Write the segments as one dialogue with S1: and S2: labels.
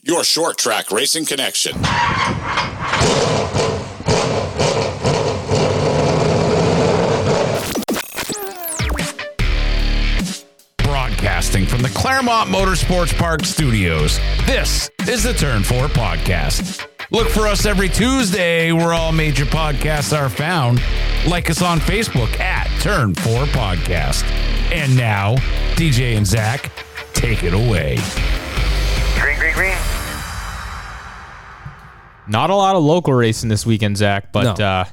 S1: Your short track racing connection.
S2: Broadcasting from the Claremont Motorsports Park studios, this is the Turn 4 Podcast. Look for us every Tuesday where all major podcasts are found. Like us on Facebook at Turn 4 Podcast. And now, DJ and Zach, take it away.
S3: Green, green, green.
S4: Not a lot of local racing this weekend, Zach, but
S5: No.
S4: uh,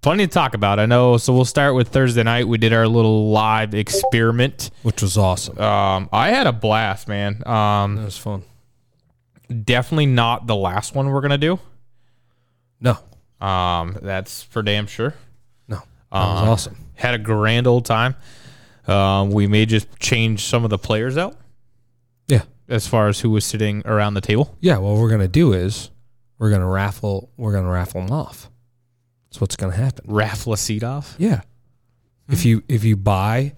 S4: plenty to talk about. I know. So we'll start with Thursday night. We did our little live experiment.
S5: which was awesome.
S4: Um, I had a blast, man. Um,
S5: that was fun.
S4: definitely not the last one we're gonna do.
S5: No,
S4: Um, that's for damn sure.
S5: no, that was awesome.
S4: Had a grand old time. Um, we may just change some of the players out
S5: Yeah,
S4: as far as who was sitting around the table.
S5: yeah. What we're gonna do is we're gonna raffle. We're gonna raffle them off. That's what's gonna happen.
S4: Raf off.
S5: Yeah. If you if you buy,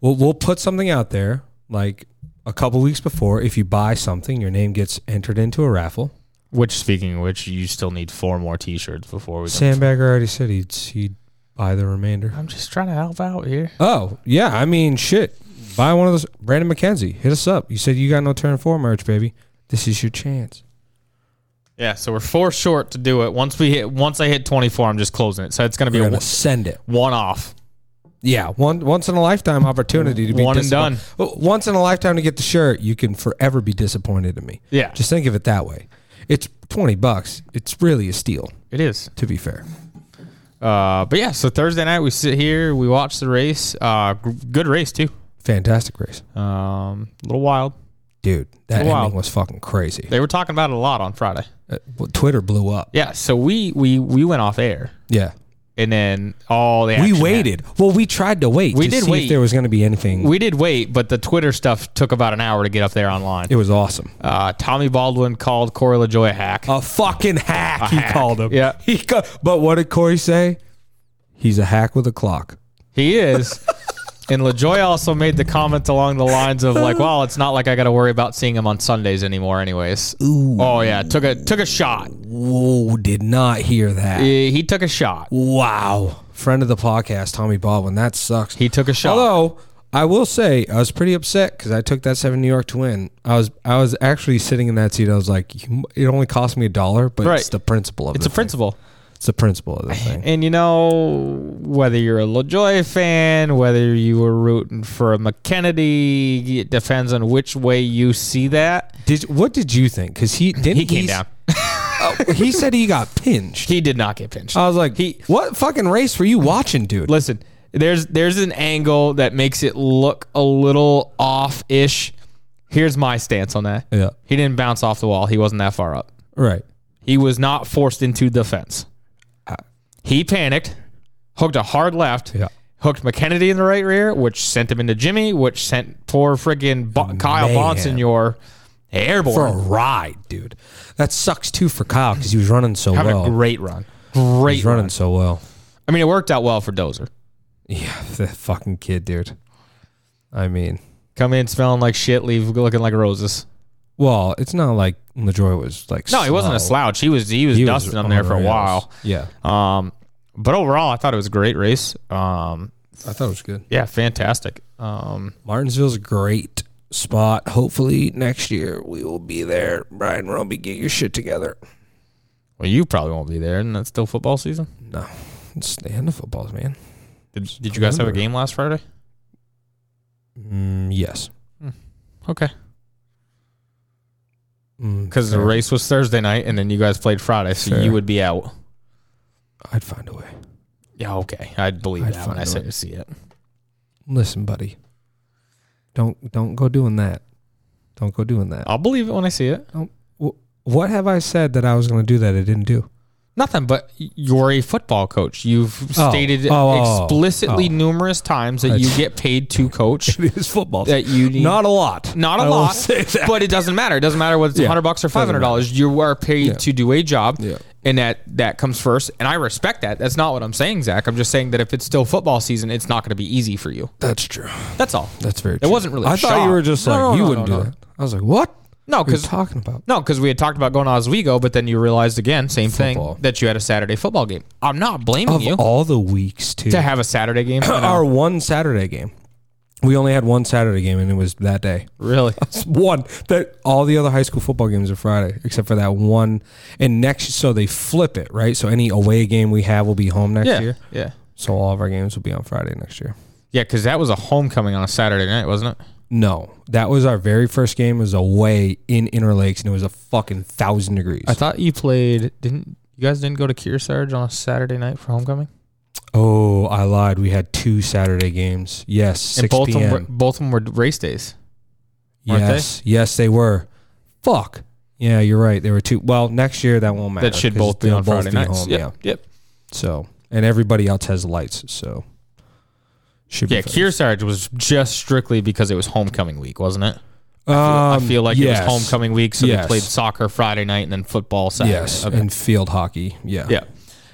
S5: we'll we'll put something out there like a couple weeks before. If you buy something, your name gets entered into a raffle.
S4: Which, speaking of which, you still need four more T-shirts before we. Can
S5: Sandbagger already said he'd he'd buy the remainder.
S4: I'm just trying to help out here.
S5: Oh yeah, I mean shit. Buy one of those. Brandon McKenzie, hit us up. You said you got no turn four merch, baby. This is your chance.
S4: Yeah, so we're four short to do it. Once we hit, once I hit 24, I'm just closing it. So it's going to be
S5: We're
S4: a
S5: gonna send it.
S4: one off.
S5: Yeah, one once in a lifetime opportunity to be
S4: One and
S5: disappoint- Oh, Once in a lifetime to get the shirt, you can forever be disappointed in me.
S4: Yeah.
S5: just think of it that way. It's twenty bucks. It's really a steal,
S4: It is.
S5: to be fair.
S4: Uh, but yeah, so Thursday night we sit here, we watch the race. Uh, g- good race too.
S5: Fantastic race,
S4: Um, a little wild.
S5: dude. That
S4: Wow.
S5: ending was fucking crazy.
S4: They were talking about it a lot on Friday.
S5: Uh, Twitter blew up.
S4: Yeah, so we we we went off air,
S5: Yeah,
S4: and then all the
S5: we
S4: action
S5: waited. Well, we tried to wait.
S4: We
S5: to
S4: did
S5: see
S4: wait.
S5: if there was going to be anything.
S4: happened. We did wait, but the Twitter stuff took about an hour to get up there online.
S5: it was awesome.
S4: Uh, Tommy Baldwin called Corey LaJoy a hack.
S5: A fucking hack, he
S4: hack.
S5: called him.
S4: Yeah.
S5: He ca- but what did Corey say? He's a hack with a clock.
S4: He is. and LaJoy also made the comment along the lines of like, "Well, it's not like I got to worry about seeing him on Sundays anymore, anyways." Ooh. Oh yeah, took a took a shot.
S5: Whoa, Oh, did not hear that.
S4: He, he took a shot.
S5: Wow. Friend of the podcast, Tommy Baldwin. That sucks.
S4: He took a shot.
S5: Although I will say I was pretty upset because I took that seven New York to win. I was I was actually sitting in that seat. I was like, you- it only cost me a dollar, but
S4: Right.
S5: it's the principle of
S4: It's
S5: the
S4: a principle.
S5: Thing. It's the principle of the thing.
S4: And you know, whether you're a LaJoy fan, whether you were rooting for a McKennedy, it depends on which way you see that.
S5: Did what did you think? Because he didn't.
S4: He came
S5: he's-
S4: down.
S5: oh, he said he got pinched.
S4: He did not get pinched.
S5: I was like,
S4: He-
S5: what fucking race were you watching, dude?
S4: listen there's there's an angle that makes it look a little off ish here's my stance on that
S5: Yeah.
S4: he didn't bounce off the wall he wasn't that far up
S5: Right.
S4: he was not forced into the fence Uh, he panicked hooked a hard left
S5: Yeah.
S4: hooked mckennedy in the right rear which sent him into jimmy which sent poor friggin Bo- kyle
S5: Mayhem.
S4: bonsignor
S5: For a
S4: airborne
S5: ride, dude. That sucks too for Kyle because he was running so
S4: having
S5: well.
S4: a great run
S5: he
S4: great
S5: was
S4: run.
S5: running so well.
S4: i mean it worked out well for dozer
S5: Yeah, that fucking kid, dude. I mean,
S4: come in smelling like shit leave looking like roses
S5: well, it's not like LaJoy was like.
S4: no he wasn't a
S5: slow.
S4: slouch he was he was
S5: He was
S4: dusting on there
S5: on
S4: for a
S5: rails.
S4: while
S5: Yeah,
S4: Um, but overall, I thought it was a great race. Um,
S5: I thought it was good.
S4: yeah, fantastic. Um,
S5: Martinsville's a great spot. Hopefully next year we will be there. Brian Roby, get your shit together.
S4: well, you probably won't be there, and that's still football season.
S5: No, it's the end of footballs, man.
S4: Did, did you guys have a
S5: November.
S4: game last Friday?
S5: Mm, yes,
S4: Okay, because the
S5: fair.
S4: race was Thursday night, and then you guys played Friday, so you
S5: Fair.
S4: would be out.
S5: I'd find a way.
S4: Yeah, okay, I believe
S5: I'd
S4: that when
S5: find
S4: I
S5: a
S4: say
S5: way.
S4: to see it.
S5: Listen, buddy. Don't don't go doing that. Don't go doing that.
S4: I'll believe it when I see it.
S5: Wh- What have I said that I was going to do that I didn't do?
S4: Nothing, but you're a football coach. You've
S5: Oh,
S4: stated
S5: oh, oh, oh,
S4: explicitly
S5: oh.
S4: numerous times that you get paid to coach.
S5: It is football.
S4: That you need-
S5: not a lot.
S4: Not a
S5: I will
S4: lot,
S5: say that.
S4: but it doesn't matter. It doesn't matter whether it's
S5: Yeah.
S4: hundred bucks or five
S5: Doesn't
S4: hundred dollars. You are paid to do a job,
S5: Yeah.
S4: and that that comes first. And I respect that. That's not what I'm saying, Zach. I'm just saying that if it's still football season, it's not going to be easy for you.
S5: That's true.
S4: That's all.
S5: That's very.
S4: It
S5: true.
S4: wasn't really.
S5: I
S4: a
S5: thought
S4: shock.
S5: you were just
S4: No,
S5: like
S4: no,
S5: you
S4: no,
S5: wouldn't
S4: no,
S5: do
S4: no.
S5: that. I was like, what?
S4: No,
S5: What are you
S4: because
S5: talking about?
S4: No, because we had talked about going to Oswego, but then you realized again, same
S5: Football.
S4: thing, that you had a Saturday football game. I'm not blaming
S5: Of
S4: you
S5: all the weeks, too.
S4: to have a Saturday game. I know.
S5: our one Saturday game. We only had one Saturday game, and it was that day.
S4: really?
S5: It's one that all the other high school football games are Friday, except for that one. And next, so they flip it, right? So any away game we have will be home next
S4: Yeah.
S5: year.
S4: Yeah.
S5: So all of our games will be on Friday next year.
S4: Yeah, because that was a homecoming on a Saturday night, wasn't it?
S5: No, that was our very first game. It was away in Interlakes, and it was a fucking thousand degrees.
S4: I thought you played. Didn't you guys didn't go to Kearsarge on a Saturday night for homecoming?
S5: oh, I lied. We had two Saturday games. Yes, six
S4: and both of
S5: p.m.
S4: them, were, both of them were race days. weren't they?
S5: yes, yes, they were. Fuck. Yeah, you're right. They were two. Well, next year that won't matter.
S4: That should
S5: Uh, 'cause
S4: both be
S5: they'll
S4: on Friday nights.
S5: home,
S4: yep,
S5: Yeah.
S4: Yep.
S5: So, and everybody else has lights, so should
S4: Yeah,
S5: be fine.
S4: Kearsarge was just strictly because it was homecoming week, wasn't it?
S5: Um,
S4: I feel like
S5: yes.
S4: it was homecoming week, so
S5: Yes.
S4: they played soccer Friday night and then football Saturday.
S5: Yes,
S4: Okay.
S5: and field hockey. Yeah.
S4: Yeah.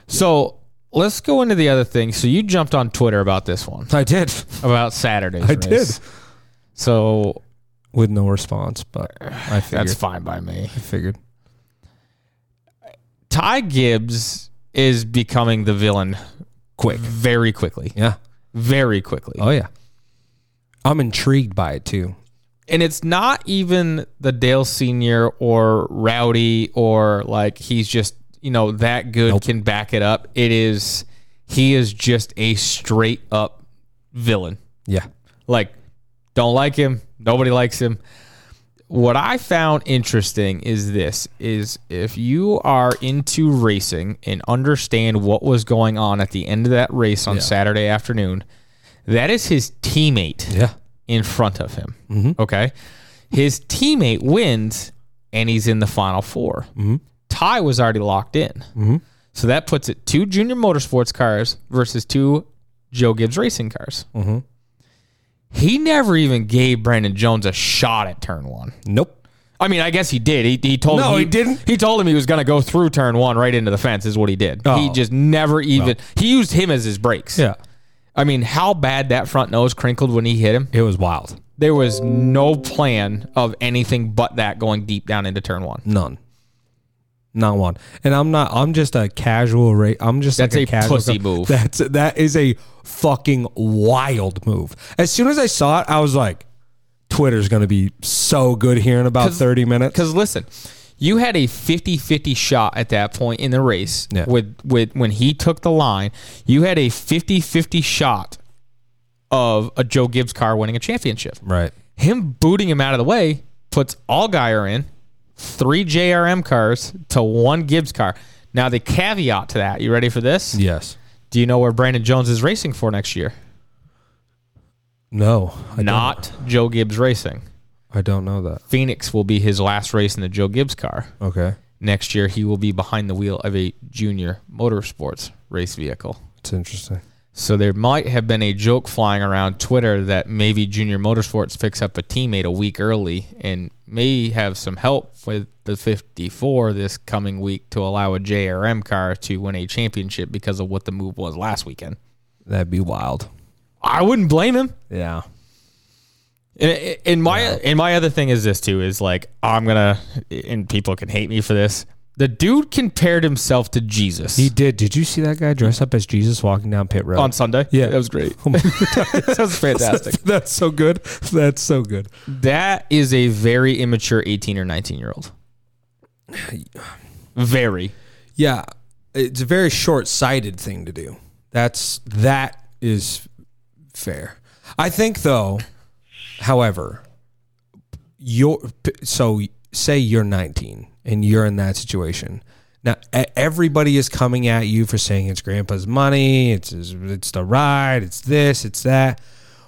S4: So let's go into the other thing. So you jumped on Twitter about this one
S5: I did
S4: about Saturdays.
S5: I
S4: race.
S5: did.
S4: So
S5: with no response, but I figured.
S4: that's fine by me.
S5: I figured.
S4: Ty Gibbs is becoming the villain
S5: Quick.
S4: very quickly,
S5: Yeah.
S4: very quickly,
S5: Oh yeah. I'm intrigued by it too.
S4: and it's not even the Dale Senior or Rowdy or like he's just you know that good can back it up. It is he is just a straight up villain.
S5: Yeah.
S4: like don't like him nobody likes him what i found interesting is this is if you are into racing and understand what was going on at the end of that race on saturday afternoon that is his teammate
S5: Yeah.
S4: in front of him
S5: Mm-hmm.
S4: okay his teammate wins and he's in the final 4
S5: Mm-hmm.
S4: ty was already locked in so that puts it two junior motorsports cars versus two joe gibbs racing cars
S5: Mm-hmm.
S4: he never even gave Brandon Jones a shot at turn one.
S5: Nope.
S4: I mean, I guess he did. He, he told
S5: No,
S4: him
S5: he didn't.
S4: He told him he was going to go through turn one right into the fence. Is what he did. He
S5: Oh.
S4: just never even. He used him as his brakes.
S5: Yeah.
S4: I mean, how bad that front nose crinkled when he hit him.
S5: It was wild.
S4: There was no plan of anything but that going deep down into turn one.
S5: None. Not one. And I'm not. I'm just a casual. Ra- I'm just
S4: That's
S5: like
S4: a
S5: casual
S4: pussy move.
S5: That's that is a fucking wild move. As soon as I saw it, I was like, Twitter's gonna be so good here in about thirty minutes.
S4: Because listen, you had a 50-50 shot at that point in the race
S5: Yeah.
S4: with with when he took the line. You had a 50-50 shot of a Joe Gibbs car winning a championship.
S5: Right.
S4: Him booting him out of the way puts Allgaier in three JRM cars to one Gibbs car. Now the caveat to that, you ready for this?
S5: Yes.
S4: Do you know where Brandon Jones is racing for next year?
S5: No. I
S4: Not Joe Gibbs Racing.
S5: Don't, I don't know that.
S4: Phoenix will be his last race in the Joe Gibbs car.
S5: Okay.
S4: Next year, he will be behind the wheel of a junior motorsports race vehicle.
S5: It's interesting.
S4: So there might have been a joke flying around Twitter that maybe junior motorsports picks up a teammate a week early and may have some help with the 54 this coming week to allow a JRM car to win a championship because of what the move was last weekend.
S5: That'd be wild.
S4: I wouldn't blame him.
S5: Yeah.
S4: And, and my and my other thing is this too is like I'm gonna and people can hate me for this. The dude compared himself to Jesus.
S5: He did. Did you see that guy dress up as Jesus walking down pit road?
S4: on Sunday.
S5: Yeah.
S4: Oh, that was great.
S5: Oh my
S4: that was fantastic.
S5: That's so good. That's so good.
S4: that is a very immature 18 or 19 year old. Very.
S5: Yeah, it's a very short-sighted thing to do. That's that is fair. I think though, however, your so say you're 19 and you're in that situation. Now e- everybody is coming at you for saying it's grandpa's money, it's his, it's the ride, it's this, it's that.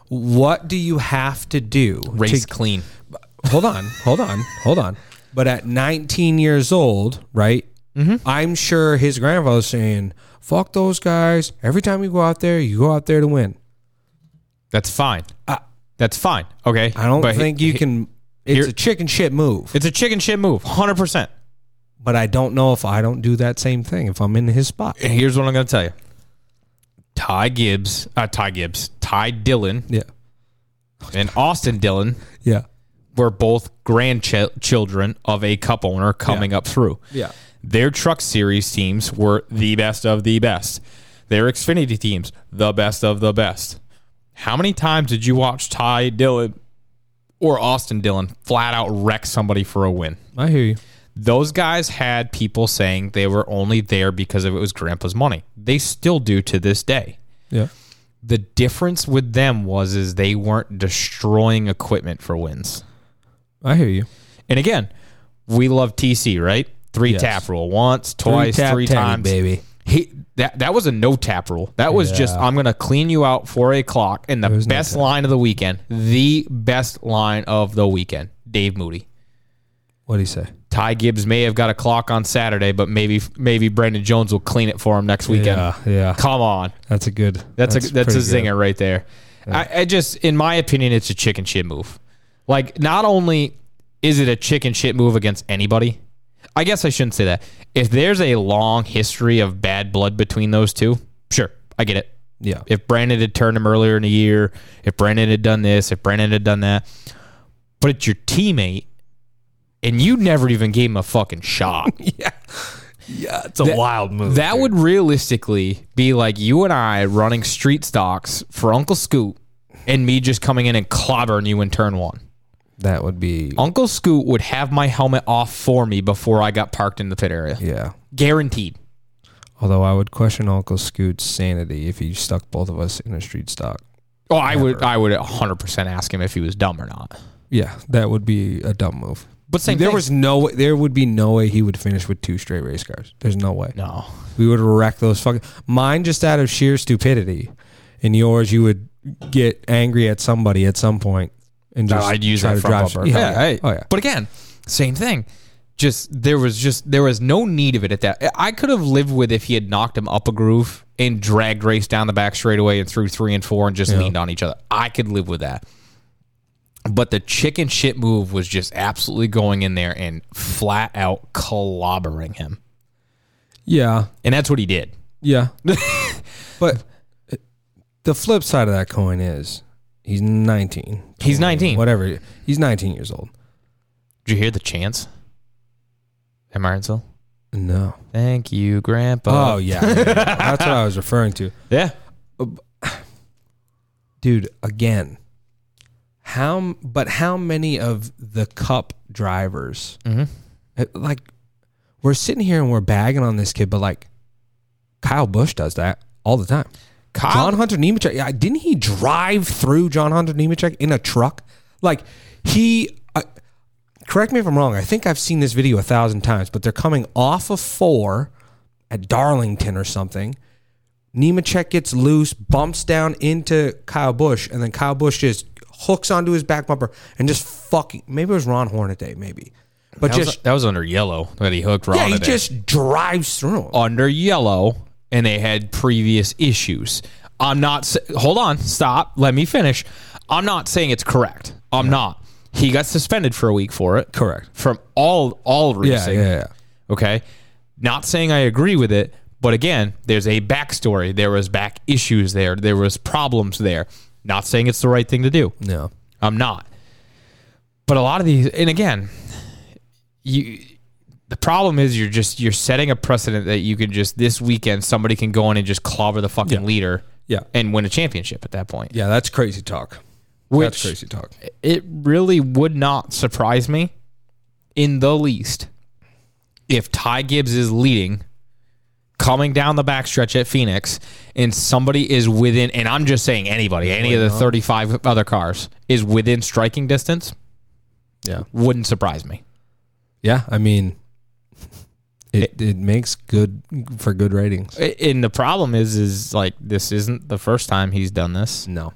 S5: What do you have to do
S4: Race
S5: to
S4: clean.
S5: hold on, hold on, hold on. But at 19 years old, right?
S4: Mm-hmm.
S5: I'm sure his grandfather's saying, "Fuck those guys! Every time you go out there, you go out there to win."
S4: That's fine. That's fine. Okay.
S5: I don't
S4: But he-
S5: think you
S4: he-
S5: can. It's
S4: here-
S5: a chicken shit move,
S4: It's a chicken shit move. 100%.
S5: but I don't know if I don't do that same thing if I'm in his spot.
S4: And here's what I'm going to tell you Ty Gibbs, uh, Ty Gibbs, Ty Dillon,
S5: Yeah,
S4: and Austin Dillon
S5: yeah.
S4: were both grandchildren of a cup owner coming up through.
S5: Yeah.
S4: Their truck series teams were the best of the best. Their Xfinity teams, the best of the best. How many times did you watch Ty Dillon or Austin Dillon flat out wreck somebody for a win?
S5: I hear you.
S4: those guys had people saying they were only there because of it was grandpa's money. They still do to this day.
S5: Yeah.
S4: The difference with them was is they weren't destroying equipment for wins.
S5: I hear you.
S4: And again, we love TC, right? Three
S5: Yes.
S4: tap rule. Once, twice, three,
S5: tap tag,
S4: times.
S5: baby.
S4: He, that that was a no tap rule. That was just I'm gonna clean you out for a clock and the
S5: was no
S4: best line of the weekend. The best line of the weekend. Dave Moody.
S5: What do you say?
S4: Ty Gibbs may have got a clock on Saturday, but maybe maybe Brandon Jones will clean it for him next weekend.
S5: Yeah, yeah.
S4: Come on,
S5: That's a good.
S4: that's, a that's a
S5: pretty
S4: zinger
S5: good.
S4: right there. I, I just, in my opinion, it's a chicken shit move. Like, not only is it a chicken shit move against anybody, I guess I shouldn't say that. If there's a long history of bad blood between those two, sure, I get it
S5: Yeah.
S4: if Brandon had turned him earlier in the year, if Brandon had done this, if Brandon had done that. But it's your teammate, and you never even gave him a fucking shot.
S5: yeah, it's a wild move.
S4: that would realistically be like you and I running street stocks for Uncle Scoot and me just coming in and clobbering you in turn one.
S5: that would be.
S4: Uncle Scoot would have my helmet off for me before I got parked in the pit area.
S5: Yeah.
S4: Guaranteed.
S5: Although I would question Uncle Scoot's sanity if he stuck both of us in a street stock.
S4: Oh, I would I would 100% ask him if he was dumb or not.
S5: Yeah, that would be a dumb move.
S4: But same
S5: there
S4: thing.
S5: was no way, there would be no way he would finish with two straight race cars. There's no way.
S4: no.
S5: We would wreck those fucking mine just out of sheer stupidity. And yours you would get angry at somebody at some point and just
S4: I'd use
S5: try
S4: that
S5: to
S4: front
S5: drive
S4: bumper.
S5: Yeah,
S4: Yeah, I-
S5: Oh yeah.
S4: But again, same thing. Just there was just there was no need of it at that. I could have lived with if he had knocked him up a groove and dragged race down the back straightaway and threw three and four and just leaned on each other. I could live with that. But the chicken shit move was just absolutely going in there and flat out clobbering him.
S5: Yeah.
S4: And that's what he did.
S5: Yeah. but uh, the flip side of that coin is he's 19.
S4: He's 19.
S5: Whatever. He's 19 years old.
S4: Did you hear the chants? Am I Martinsville?
S5: No.
S4: Thank you, Grandpa.
S5: Oh yeah. yeah, yeah. That's what I was referring to.
S4: yeah.
S5: dude again how m- but how many of the cup drivers Uh, like we're sitting here and we're bagging on this kid but like kyle bush does that all the time
S4: Kyle-
S5: john hunter nemechek yeah, didn't he drive through john hunter nemechek in a truck like he uh, correct me if i'm wrong i think i've seen this video a thousand times but they're coming off of four at darlington or something Nemechek gets loose, bumps down into Kyle Bush, and then Kyle Bush just hooks onto his back bumper and just fucking. Maybe it was Ron Hornaday, maybe, but
S4: That was,
S5: just
S4: that was under yellow that he hooked Ron.
S5: yeah, he
S4: today.
S5: just drives through him.
S4: under yellow and they had previous issues. I'm not sa- hold on, stop, let me finish. I'm not saying it's correct. I'm not. He got suspended for a week for it.
S5: Correct.
S4: From all all
S5: yeah,
S4: racing.
S5: yeah, yeah.
S4: Okay. Not saying I agree with it, but again, there's a backstory. There was back issues there. There was problems there. Not saying it's the right thing to do.
S5: No,
S4: I'm not. But a lot of these, and again, you. The problem is you're just you're setting a precedent that you can just this weekend somebody can go in and just clobber the fucking leader,
S5: Yeah.
S4: and win a championship at that point.
S5: yeah, that's crazy talk.
S4: Which
S5: That's crazy talk.
S4: it really would not surprise me in the least if Ty Gibbs is leading, coming down the backstretch at Phoenix, and somebody is within, and I'm just saying anybody, any of the 35 other cars is within striking distance,
S5: Yeah,
S4: wouldn't surprise me.
S5: yeah. I mean, it it makes good for good ratings.
S4: I- And the problem is, is like this isn't the first time he's done this.
S5: No,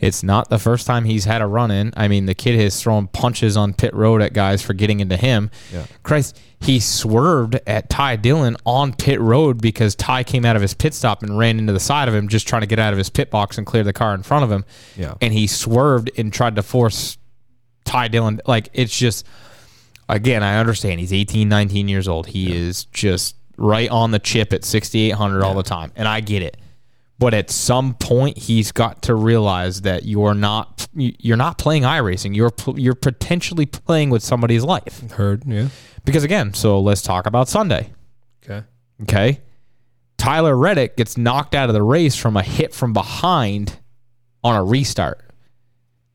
S4: It's not the first time he's had a run in. I mean, the kid has thrown punches on pit road at guys for getting into him. Christ, he swerved at Ty Dillon on pit road because Ty came out of his pit stop and ran into the side of him just trying to get out of his pit box and clear the car in front of him.
S5: Yeah.
S4: And he swerved and tried to force Ty Dillon. Like, it's just, again, I understand he's 18, 19 years old. He is just right on the chip at 6,800 all the time. And I get it. But at some point, he's got to realize that you're not you're not playing iRacing. You're pl- you're potentially playing with somebody's life.
S5: Heard, yeah.
S4: Because again, so let's talk about Sunday.
S5: Okay.
S4: Okay. Tyler Reddick gets knocked out of the race from a hit from behind on a restart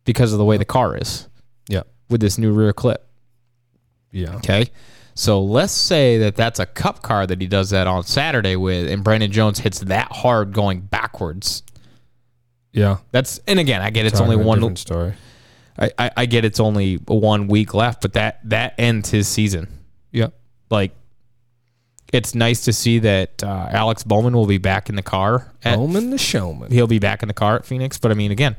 S4: because of the way the car is
S5: Yeah.
S4: with this new rear clip.
S5: Yeah.
S4: Okay. So let's say that that's a cup car that he does that on Saturday with, and Brandon Jones hits that hard going backwards.
S5: Yeah.
S4: That's and again, I get it's
S5: Talking
S4: only
S5: a
S4: one.
S5: different story.
S4: I, I, I get it's only one week left, but that that ends his season.
S5: Yeah.
S4: Like, it's nice to see that uh, Alex Bowman will be back in the car. At,
S5: Bowman the showman.
S4: He'll be back in the car at Phoenix. But I mean, again,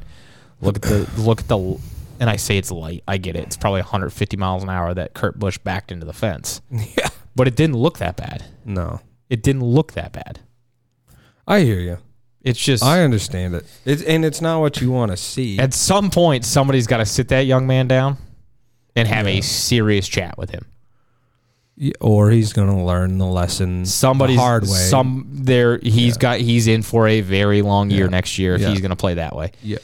S4: look at the look at the. And I say it's light. I get it. It's probably 150 miles an hour that Kurt Busch backed into the fence.
S5: Yeah.
S4: But it didn't look that bad.
S5: No.
S4: it didn't look that bad.
S5: I hear you.
S4: It's just
S5: I understand it. It's and it's not what you want to see.
S4: at some point somebody's got to sit that young man down and have a serious chat with him.
S5: Y- or he's going to learn the lesson
S4: Somebody's
S5: the hard way.
S4: Some there he's got he's in for a very long year next year if
S5: Yeah.
S4: he's going to play that way.
S5: yeah.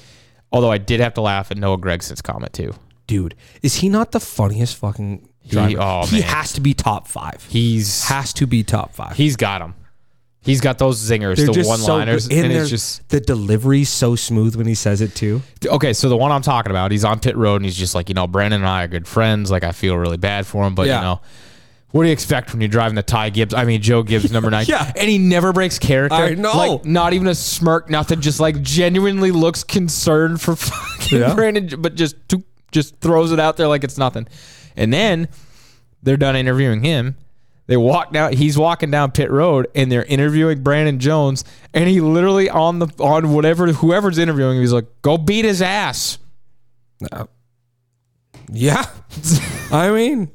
S4: Although I did have to laugh at Noah Gregson's comment too.
S5: Dude, is he not the funniest fucking driver? He,
S4: oh, man.
S5: has to be top 5. He
S4: He's
S5: has to be top 5.
S4: he's got him. He's got those zingers,
S5: They're
S4: the
S5: just so
S4: one-liners,
S5: good.
S4: and,
S5: they're-
S4: it's just
S5: the delivery's so smooth when he says it too.
S4: okay. So the one I'm talking about, he's on pit road, and he's just like, you know, Brandon and I are good friends. Like I feel really bad for him, but
S5: Yeah.
S4: you know, what do you expect when you're driving the Ty Gibbs? I mean, Joe Gibbs, number nine.
S5: Yeah.
S4: and he never breaks character.
S5: I know.
S4: Like not even a smirk, nothing. Just like genuinely looks concerned for fucking
S5: Yeah.
S4: Brandon, but just toop, just throws it out there like it's nothing. And then they're done interviewing him. They walk down. He's walking down pit road, and they're interviewing Brandon Jones. And he literally on the on whatever whoever's interviewing him, he's like, "Go beat his ass."
S5: Yeah. I mean,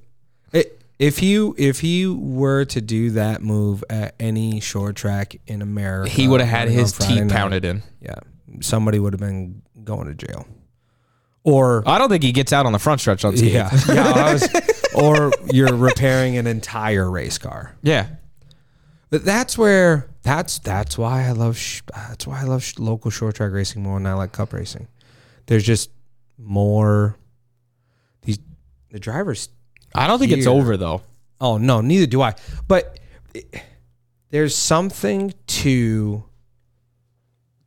S5: i if you if he were to do that move at any short track in America,
S4: He would have had
S5: on
S4: his
S5: Oh, Friday
S4: teeth
S5: night,
S4: pounded in.
S5: Yeah, somebody would have been going to jail, or
S4: I don't think he gets out on the front stretch on skate.
S5: yeah, yeah, I was, or you're repairing an entire race car.
S4: yeah.
S5: But that's where that's that's why I love sh- that's why I love sh- local short track racing more than I like cup racing. There's just more these the drivers
S4: I don't think it's
S5: Here.
S4: over though.
S5: Oh no, neither do I. But it- there's something to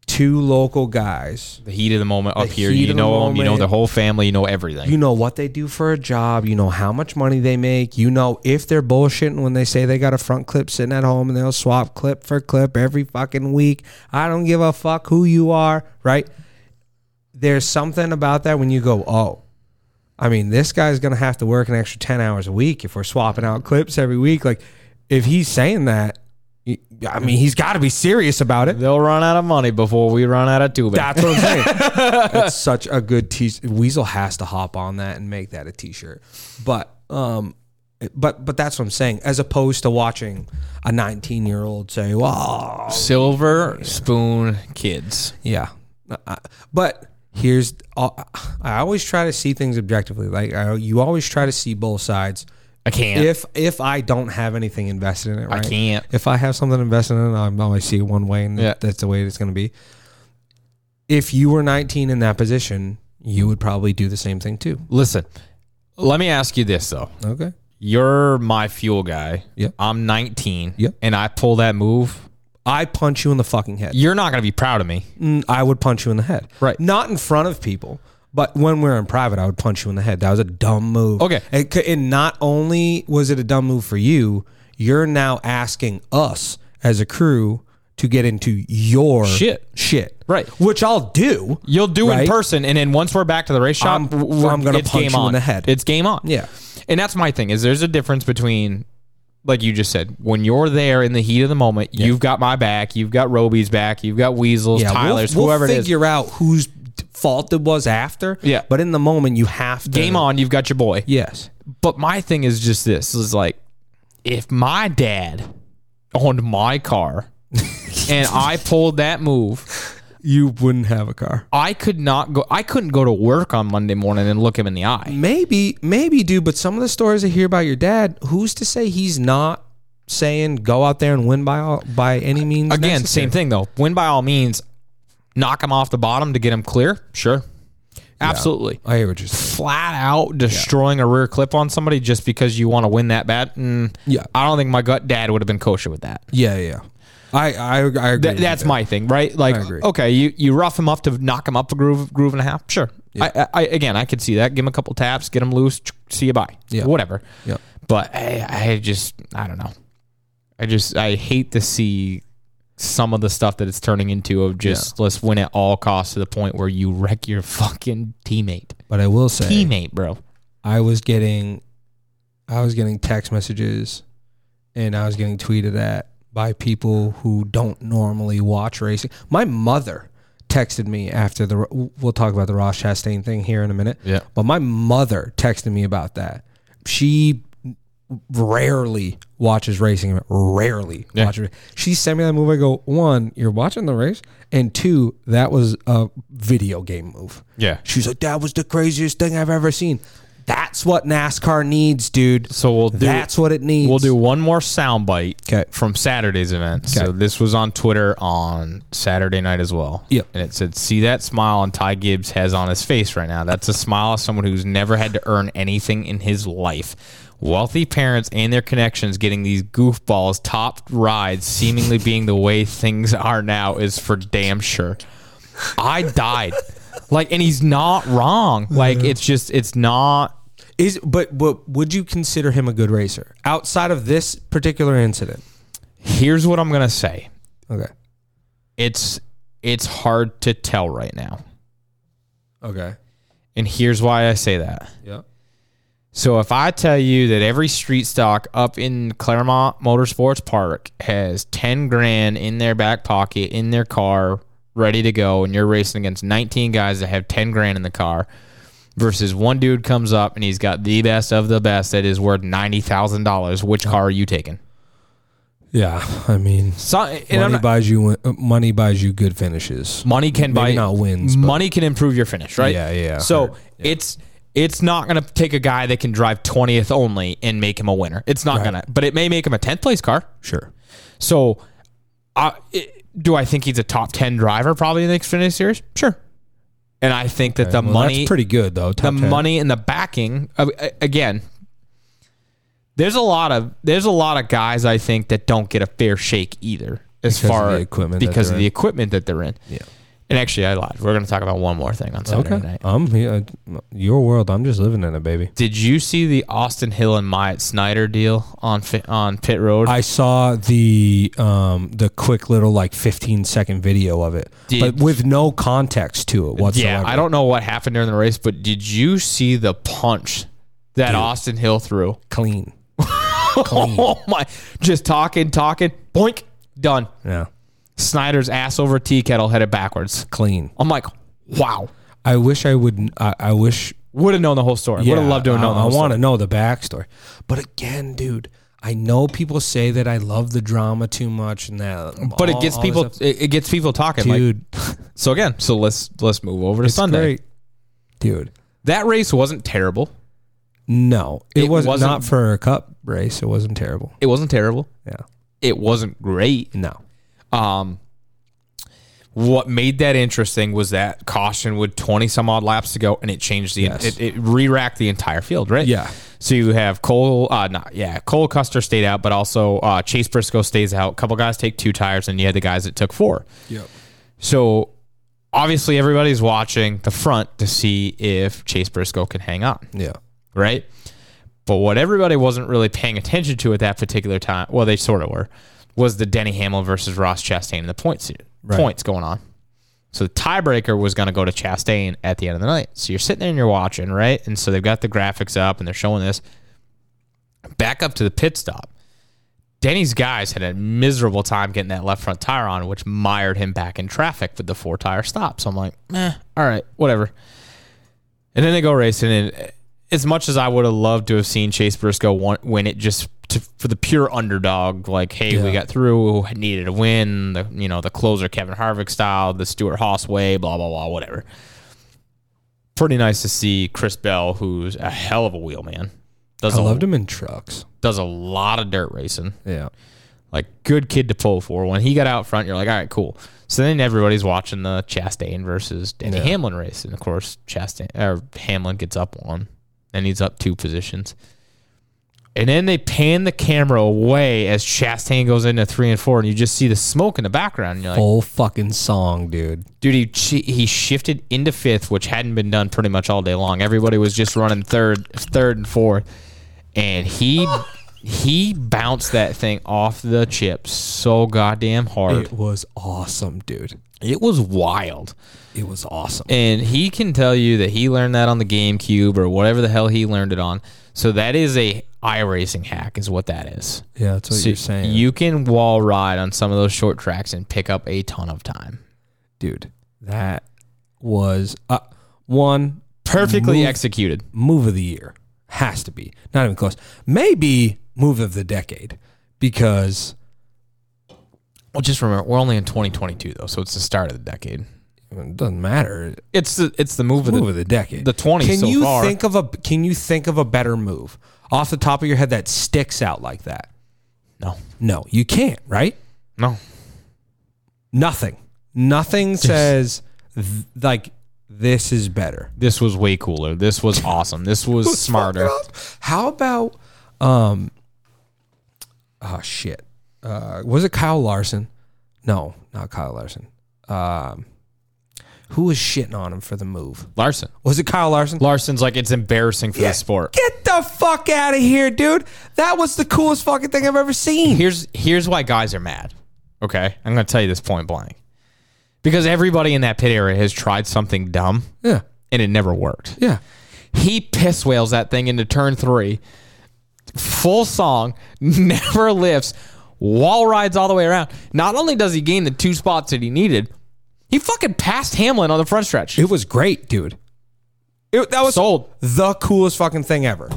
S5: two local guys.
S4: The heat of the moment up
S5: The
S4: here,
S5: heat
S4: you
S5: of the
S4: know them, you know
S5: moment.
S4: the whole family, you know everything.
S5: You know what they do for a job. You know how much money they make. You know if they're bullshitting when they say they got a front clip sitting at home and they'll swap clip for clip every fucking week. I don't give a fuck who you are, right? There's something about that when you go, oh, I mean, this guy's going to have to work an extra 10 hours a week if we're swapping out clips every week. Like, if he's saying that, y- I mean, he's got to be serious about it.
S4: They'll run out of money before we run out of tubing.
S5: That's what I'm saying. That's such a good t Weasel has to hop on that and make that a t-shirt. But um but but that's what I'm saying as opposed to watching a 19-year-old say, "Wow."
S4: Silver spoon kids.
S5: Yeah. Uh, But here's uh, I always try to see things objectively. Like I, you always try to see both sides.
S4: I can't.
S5: If if I don't have anything invested in it, right?
S4: can't.
S5: If I have something invested in it, I'm always see it one way, and
S4: Yeah.
S5: that's the way it's going to be. If you were 19 in that position, you would probably do the same thing too.
S4: Listen, let me ask you this though.
S5: Okay.
S4: You're my fuel guy.
S5: Yep.
S4: I'm 19.
S5: Yep.
S4: And I pull that move.
S5: I punch you in the fucking head.
S4: You're not gonna be proud of me.
S5: Mm, I would punch you in the head.
S4: Right.
S5: Not in front of people, but when we're in private, I would punch you in the head. That was a dumb move.
S4: Okay.
S5: It, cou- and not only was it a dumb move for you, you're now asking us as a crew to get into your
S4: Shit.
S5: Shit.
S4: Right.
S5: Which I'll do.
S4: You'll do in
S5: Right.
S4: person, and then once we're back to the race shop,
S5: I'm-
S4: we're-
S5: I'm gonna
S4: it's
S5: punch
S4: game
S5: you in
S4: on.
S5: the head.
S4: It's game on.
S5: Yeah.
S4: And that's my thing is there's a difference between like you just said, when you're there in the heat of the moment, you've got my back, you've got Roby's back, you've got Weasel's,
S5: we'll-
S4: Tyler's,
S5: we'll,
S4: whoever it is.
S5: figure out whose fault it was after.
S4: Yeah.
S5: But in the moment, you have to
S4: Game on, you've got your boy.
S5: Yes.
S4: But my thing is just this is like if my dad owned my car and I pulled that move,
S5: You wouldn't have a car.
S4: I could not go I couldn't go to work on Monday morning and look him in the eye.
S5: Maybe, maybe, dude. But some of the stories I hear about your dad, who's to say he's not saying go out there and win by all, by any means.
S4: Again,
S5: necessary.
S4: same thing though. Win by all means. Knock him off the bottom to get him clear. Sure, absolutely.
S5: I hear what you're saying.
S4: Flat out destroying a rear clip on somebody just because you want to win that bet. And
S5: Yeah.
S4: I don't think my gut dad would have been kosher with that.
S5: Yeah, yeah. I I, I agree.
S4: Th-
S5: with
S4: that's
S5: you.
S4: my thing, right? Like,
S5: I agree.
S4: okay, you, you rough him up to knock him up a groove groove and a half. Sure. I, I, I again, I could see that. Give him a couple taps, get him loose. ch- See you bye.
S5: Yeah.
S4: Whatever.
S5: Yeah.
S4: But I, I just, I don't know. I just, I hate to see some of the stuff that it's turning into of just let's win at all costs to the point where you wreck your fucking teammate.
S5: But I will say,
S4: Teammate, bro.
S5: I was getting, I was getting text messages, and I was getting tweeted at by people who don't normally watch racing. My mother texted me after the. We'll talk about the Ross Chastain thing here in a minute.
S4: Yeah.
S5: But my mother texted me about that. She rarely watches racing. Rarely
S4: Yeah.
S5: watches. She sent me that move. I go one, you're watching the race, and two, that was a video game move.
S4: Yeah.
S5: She's like, that was the craziest thing I've ever seen. That's what NASCAR needs, dude.
S4: So we'll do-
S5: That's what it needs.
S4: We'll do one more soundbite
S5: 'Kay.
S4: from Saturday's event. So
S5: Okay.
S4: this was on Twitter on Saturday night as well.
S5: Yep.
S4: And it said, "See that smile on Ty Gibbs has on his face right now. That's a smile of someone who's never had to earn anything in his life. Wealthy parents and their connections getting these goofballs top rides, seemingly being the way things are now, is for damn sure. I died. Like, and he's not wrong. Like, it's just, it's not."
S5: Is but but would you consider him a good racer outside of this particular incident?
S4: Here's what I'm gonna say.
S5: Okay.
S4: it's it's hard to tell right now.
S5: Okay.
S4: And here's why I say that.
S5: Yeah.
S4: So if I tell you that every street stock up in Claremont Motorsports Park has 10 grand in their back pocket in their car ready to go and you're racing against 19 guys that have 10 grand in the car versus one dude comes up and he's got the best of the best that is worth $90,000, which car are you taking?
S5: Yeah. I mean,
S4: So, and I'm
S5: money
S4: not-
S5: buys you win- uh, money buys you good finishes.
S4: money can
S5: Maybe
S4: buy
S5: not wins, but-
S4: Money can improve your finish, right?
S5: Yeah, yeah, I
S4: So
S5: heard.
S4: it's it's not going to take a guy that can drive twentieth only and make him a winner. It's not going to, but it may make him a tenth place car.
S5: Sure.
S4: So, I it, do I think he's a top ten driver probably in the Xfinity Series? Sure. And I think that the
S5: Well,
S4: money
S5: that's pretty good though.
S4: the
S5: top 10.
S4: money and the backing uh, a- again there's a lot of there's a lot of guys i think that don't get a fair shake either as
S5: of
S4: far
S5: the equipment that
S4: because
S5: they're
S4: of the
S5: in.
S4: equipment that they're in
S5: Yeah.
S4: and actually i lied we're going to talk about one more thing on saturday
S5: Okay.
S4: night
S5: I'm here. Your world. I'm just living in it, baby.
S4: did you see the austin hill and Myatt snyder deal on fi- on pit road
S5: I saw the um the quick little like 15 second video of it,
S4: Did-
S5: but with no context to it whatsoever.
S4: yeah i don't know what happened during the race but did you see the punch that austin hill threw
S5: clean.
S4: oh my just talking talking boink done
S5: Yeah,
S4: Snyder's ass over tea kettle headed backwards.
S5: clean.
S4: I'm like, wow.
S5: I wish I would. I, I wish.
S4: Would have known the whole story. Would have loved to have known.
S5: I,
S4: the whole
S5: want
S4: story.
S5: to know the backstory. But again, dude, I know people say that I love the drama too much, and that.
S4: but
S5: all-
S4: it gets
S5: all this
S4: people.
S5: stuff.
S4: It, it gets people talking. Like,
S5: Oh, dude.
S4: so again, so let's let's move over to
S5: it's
S4: Sunday.
S5: great, dude.
S4: That race wasn't terrible.
S5: No, it,
S4: It
S5: was
S4: wasn't-
S5: not for a cup race. It wasn't terrible.
S4: It wasn't terrible.
S5: Yeah,
S4: It wasn't great.
S5: no.
S4: Um, what made that interesting was that caution with 20 some odd laps to go, and it changed the
S5: Yes.
S4: it, it re-racked the entire field, right?
S5: Yeah.
S4: So you have Cole, uh, not yeah, Cole Custer stayed out, but also uh, Chase Briscoe stays out. A couple guys take two tires, and you had the guys that took four.
S5: Yep.
S4: So obviously, everybody's watching the front to see if Chase Briscoe can hang on
S5: Yeah.
S4: right? But what everybody wasn't really paying attention to at that particular time, well, they sort of were, was the Denny Hamlin versus Ross Chastain and the points points going on. So the tiebreaker was going to go to Chastain at the end of the night. So you're sitting there and you're watching, right? And so they've got the graphics up and they're showing this. Back up to the pit stop. Denny's guys had a miserable time getting that left front tire on, which mired him back in traffic with the four tire stop. So I'm like, eh, all right, whatever. And then they go racing, and as much as I would have loved to have seen Chase Briscoe won- win it, just to, for the pure underdog, like, hey, we
S5: Yeah.
S4: got through, needed a win, the you know the closer Kevin Harvick style, the Stuart Haas way, blah blah blah, whatever. Pretty nice to see Chris Bell, who's a hell of a wheelman, Does
S5: I
S4: a,
S5: loved him in trucks.
S4: Does a lot of dirt racing.
S5: Yeah.
S4: Like good kid to pull for. When he got out front, you're like, all right, cool. So then everybody's watching the Chastain versus Danny Hamlin race, and of course Chastain or Hamlin gets up one, and he's up two positions. And then they pan the camera away as Chastain goes into three and four, and you just see the smoke in the background. And you're like,
S5: Whole fucking song, dude.
S4: dude, he chi- he shifted into fifth, which hadn't been done pretty much all day long. Everybody was just running third, third and fourth, and he he bounced that thing off the chip so goddamn hard.
S5: It was awesome, dude.
S4: It was wild.
S5: It was awesome.
S4: And he can tell you that he learned that on the GameCube or whatever the hell he learned it on. So that is a iRacing hack, is what that is.
S5: Yeah, that's what
S4: So
S5: you're saying,
S4: You can wall ride on some of those short tracks and pick up a ton of time.
S5: dude. That was uh, one
S4: Perfectly
S5: Move-
S4: executed.
S5: move of the year has to be not even close. Maybe move of the decade because
S4: Well, just remember, we're only in 2022 though, so it's the start of the decade.
S5: it doesn't matter.
S4: It's the it's the move of
S5: Move
S4: the
S5: of the decade.
S4: the 20s
S5: Can
S4: so
S5: you
S4: far.
S5: think of a Can you think of a better move off the top of your head that sticks out like that?
S4: no
S5: No, you can't. Right?
S4: no
S5: Nothing. Nothing says th- like this is better.
S4: this was way cooler. This was awesome. This was smarter.
S5: How about um oh shit. Uh was it Kyle Larson? No, not Kyle Larson. Um who was shitting on him for the move?
S4: Larson.
S5: Was it Kyle Larson?
S4: Larson's like it's embarrassing for the sport.
S5: Get the fuck out of here, dude. That was the coolest fucking thing I've ever seen.
S4: Here's here's why guys are mad. Okay, I'm gonna tell you this point blank, because everybody in that pit area has tried something dumb
S5: Yeah.
S4: and it never worked.
S5: Yeah.
S4: He piss whales that thing into turn three, full song, never lifts, wall rides all the way around. Not only does he gain the two spots that he needed, he fucking passed Hamlin on the front stretch.
S5: It was great, dude. It, that was
S4: Sold.
S5: the coolest fucking thing ever.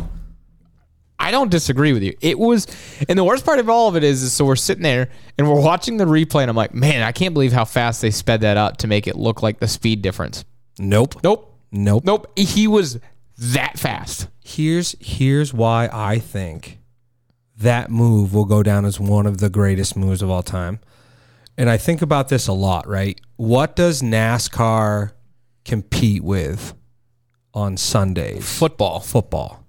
S4: I don't disagree with you. It was, and the worst part of all of it is, is so we're sitting there and we're watching the replay, and I'm like, man, I can't believe how fast they sped that up to make it look like the speed difference.
S5: Nope.
S4: Nope,
S5: Nope.
S4: nope. He was that fast.
S5: here's here's why I think that move will go down as one of the greatest moves of all time. And I think about this a lot, right? What does NASCAR compete with on Sundays?
S4: Football.
S5: Football.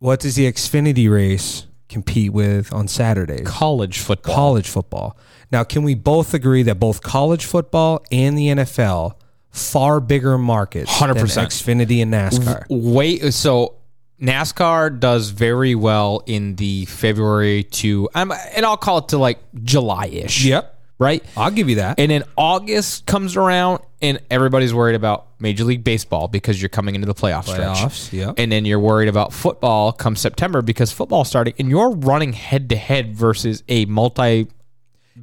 S5: What does the Xfinity race compete with on Saturdays?
S4: college football.
S5: College football. Now, can we both agree that both college football and the NFL far bigger markets
S4: 100%.
S5: than Xfinity and NASCAR?
S4: Wait, so NASCAR does very well in the February to, um, and I'll call it to like July ish.
S5: Yep.
S4: Right?
S5: I'll give you that.
S4: And then August comes around, and everybody's worried about Major League Baseball because you're coming into the playoff
S5: Playoffs,
S4: stretch.
S5: yep.
S4: And then you're worried about football come September because football starting, and you're running head to head versus a multi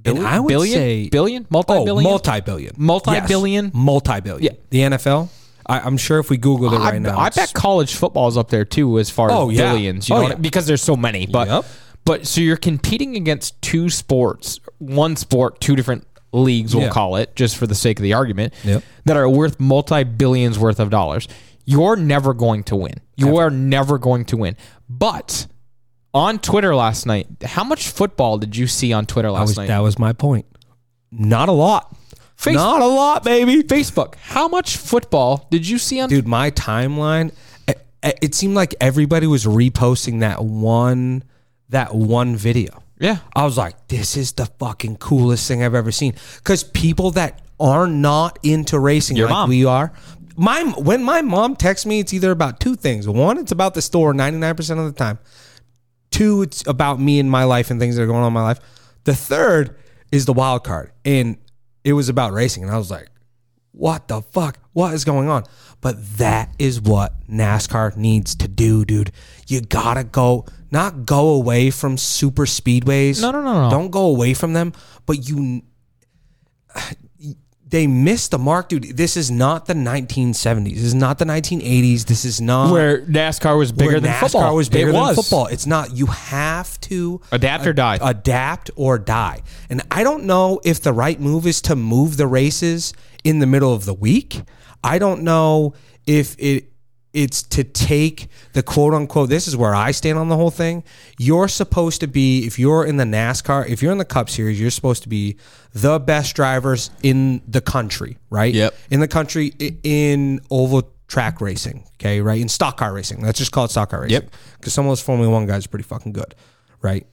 S5: and I would
S4: billion
S5: say
S4: billion multi
S5: oh,
S4: billion
S5: multi-billion,
S4: Multi-billion?
S5: yes. multi-billion.
S4: Yeah.
S5: The NFL. I, I'm sure if we Googled it right
S4: Oh, I,
S5: now,
S4: I
S5: it's-
S4: bet college football is up there too, as far
S5: Oh,
S4: as
S5: yeah.
S4: billions. You
S5: Oh,
S4: know, what I-
S5: yeah.
S4: because there's so many. But
S5: Yep.
S4: but so you're competing against two sports, one sport, two different leagues. We'll
S5: Yeah.
S4: call it just for the sake of the argument.
S5: Yep.
S4: That are worth multi billions worth of dollars. You're never going to win. You are never going to win. But on Twitter last night, how much football did you see on Twitter
S5: I was-
S4: last night?
S5: that was my point. Not a lot,
S4: Face-
S5: not a lot, baby.
S4: Facebook. How much football did you see on
S5: Dude, my timeline. It, it seemed like everybody was reposting that one, that one video.
S4: Yeah.
S5: I was like, this is the fucking coolest thing I've ever seen. Because people that are not into racing
S4: Your
S5: like
S4: mom.
S5: we are, my when my mom texts me, it's either about two things. One, it's about the store 99% of the time. Two, it's about me and my life and things that are going on in my life. The third is the wild card. And it was about racing. And I was like, what the fuck? What is going on? But that is what NASCAR needs to do, dude. You gotta go, not go away from super speedways.
S4: No, no, no, no.
S5: Don't go away from them. But you, they missed the mark, dude. This is not the 1970s. This is not the 1980s. This is not
S4: where NASCAR was bigger
S5: Uh, where
S4: than
S5: NASCAR
S4: football?
S5: was bigger
S4: it
S5: than
S4: was.
S5: football. It's not. You have to
S4: Adapt or die.
S5: adapt or die. And I don't know if the right move is to move the races in the middle of the week. I don't know if it It's to take the quote unquote. This is where I stand on the whole thing. You're supposed to be, if you're in the NASCAR, if you're in the Cup Series, you're supposed to be the best drivers in the country, right?
S4: Yep.
S5: In the country, i- in oval track racing, okay, right? In stock car racing. Let's just call it stock car racing.
S4: Yep.
S5: Because some of those Formula One guys are pretty fucking good, right?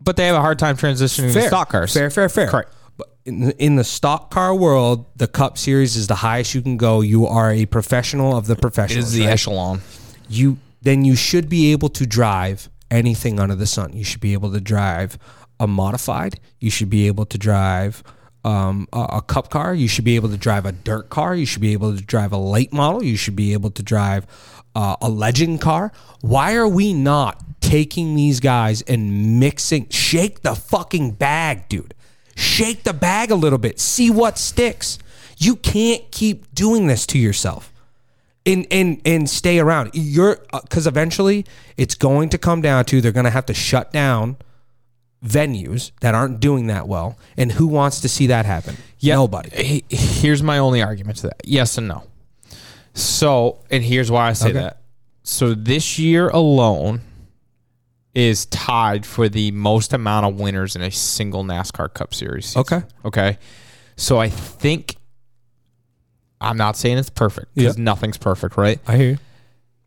S4: But they have a hard time transitioning to stock cars.
S5: Fair, fair, fair.
S4: Correct.
S5: But in the, in the stock car world, the Cup Series is the highest you can go. You are a professional of the professionals. right?
S4: echelon.
S5: you then you should be able to drive anything under the sun. You should be able to drive a modified. You should be able to drive um, a, a cup car. You should be able to drive a dirt car. You should be able to drive a late model. You should be able to drive uh, a legend car. Why are we not taking these guys and mixing? Shake the fucking bag, dude. Shake the bag a little bit. See what sticks. You can't keep doing this to yourself and and and stay around. You're because eventually it's going to come down to they're going to have to shut down venues that aren't doing that well. And who wants to see that happen?
S4: Yeah.
S5: Nobody.
S4: He- Here's my only argument to that. Yes and no. So, and here's why I say that. So this year alone is tied for the most amount of winners in a single NASCAR Cup Series. season.
S5: Okay.
S4: Okay. So I think I'm not saying it's perfect because
S5: Yep.
S4: nothing's perfect, right?
S5: I hear you.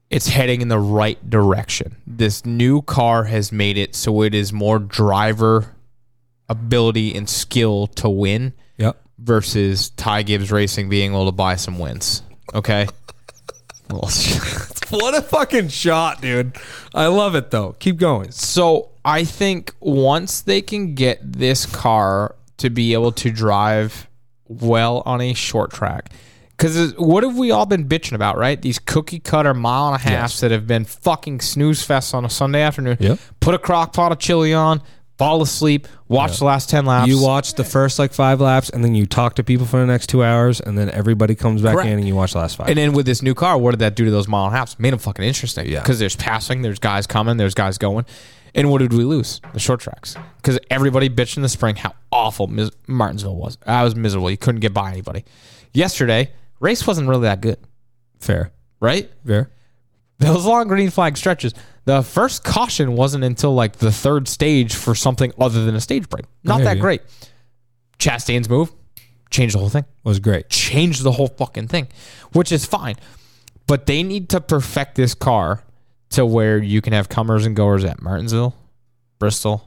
S4: it's heading in the right direction. This new car has made it so it is more driver ability and skill to win
S5: Yep.
S4: versus Ty Gibbs Racing being able to buy some wins. Okay. Well,
S5: What a fucking shot, dude. I love it though. Keep going.
S4: so I think once they can get this car to be able to drive well on a short track, because what have we all been bitching about, right? These cookie cutter mile and a halfs that have been fucking snooze fests on a Sunday afternoon.
S5: Yep.
S4: Put a crock pot of chili on, fall asleep, watch the last 10 laps.
S5: You watch the first like five laps, and then you talk to people for the next two hours, and then everybody comes back
S4: Correct.
S5: in, and you watch the last five.
S4: And then with this new car, what did that do to those mile and a halfs? Made them fucking interesting. Yeah. Because there's passing, there's guys coming, there's guys going. And what did we lose? The short tracks. Because everybody bitched in the spring how awful Mis- Martinsville was. I was miserable. You couldn't get by anybody. Yesterday, race wasn't really that good,
S5: fair,
S4: right?
S5: fair.
S4: Those long green flag stretches. The first caution wasn't until like the third stage for something other than a stage break. Not
S5: hear
S4: that
S5: you.
S4: great. Chastain's move changed the whole thing
S5: Was great.
S4: change the whole fucking thing, which is fine. But they need to perfect this car to where you can have comers and goers at Martinsville, Bristol,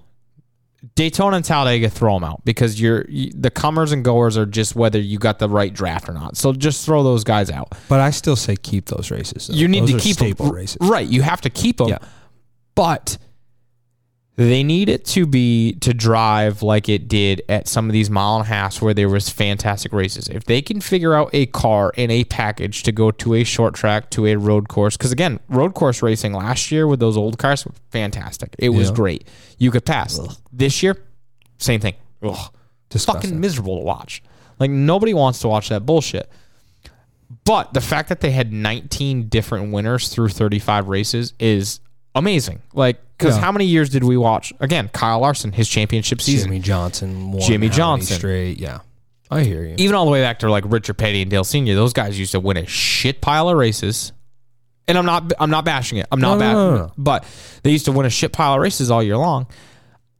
S4: Daytona, and Talladega. Throw them out because you're you, the comers and goers are just whether you got the right draft or not. So just throw those guys out.
S5: But I still say keep those races. though.
S4: You need
S5: Those
S4: to
S5: are
S4: keep
S5: staple
S4: them
S5: races.
S4: right. You have to keep them,
S5: Yeah.
S4: but they need it to be to drive like it did at some of these mile and a halfs where there was fantastic races. If they can figure out a car in a package to go to a short track to a road course, because again, road course racing last year with those old cars, fantastic. It was
S5: Yeah.
S4: great. You could pass. This year, same thing. Ugh
S5: Disgusting.
S4: fucking miserable to watch. Like nobody wants to watch that bullshit. But the fact that they had 19 different winners through 35 races is amazing. Like, because
S5: Yeah.
S4: how many years did we watch? Again, Kyle Larson, his championship season,
S5: Jimmy Johnson, won
S4: Jimmy
S5: how many
S4: Johnson. E-
S5: straight. Yeah, I hear you.
S4: even all the way back to like Richard Petty and Dale Senior. Those guys used to win a shit pile of races. And I'm not I'm not bashing it. I'm not
S5: No,
S4: bashing
S5: no, no,
S4: it.
S5: no.
S4: But they used to win a shit pile of races all year long.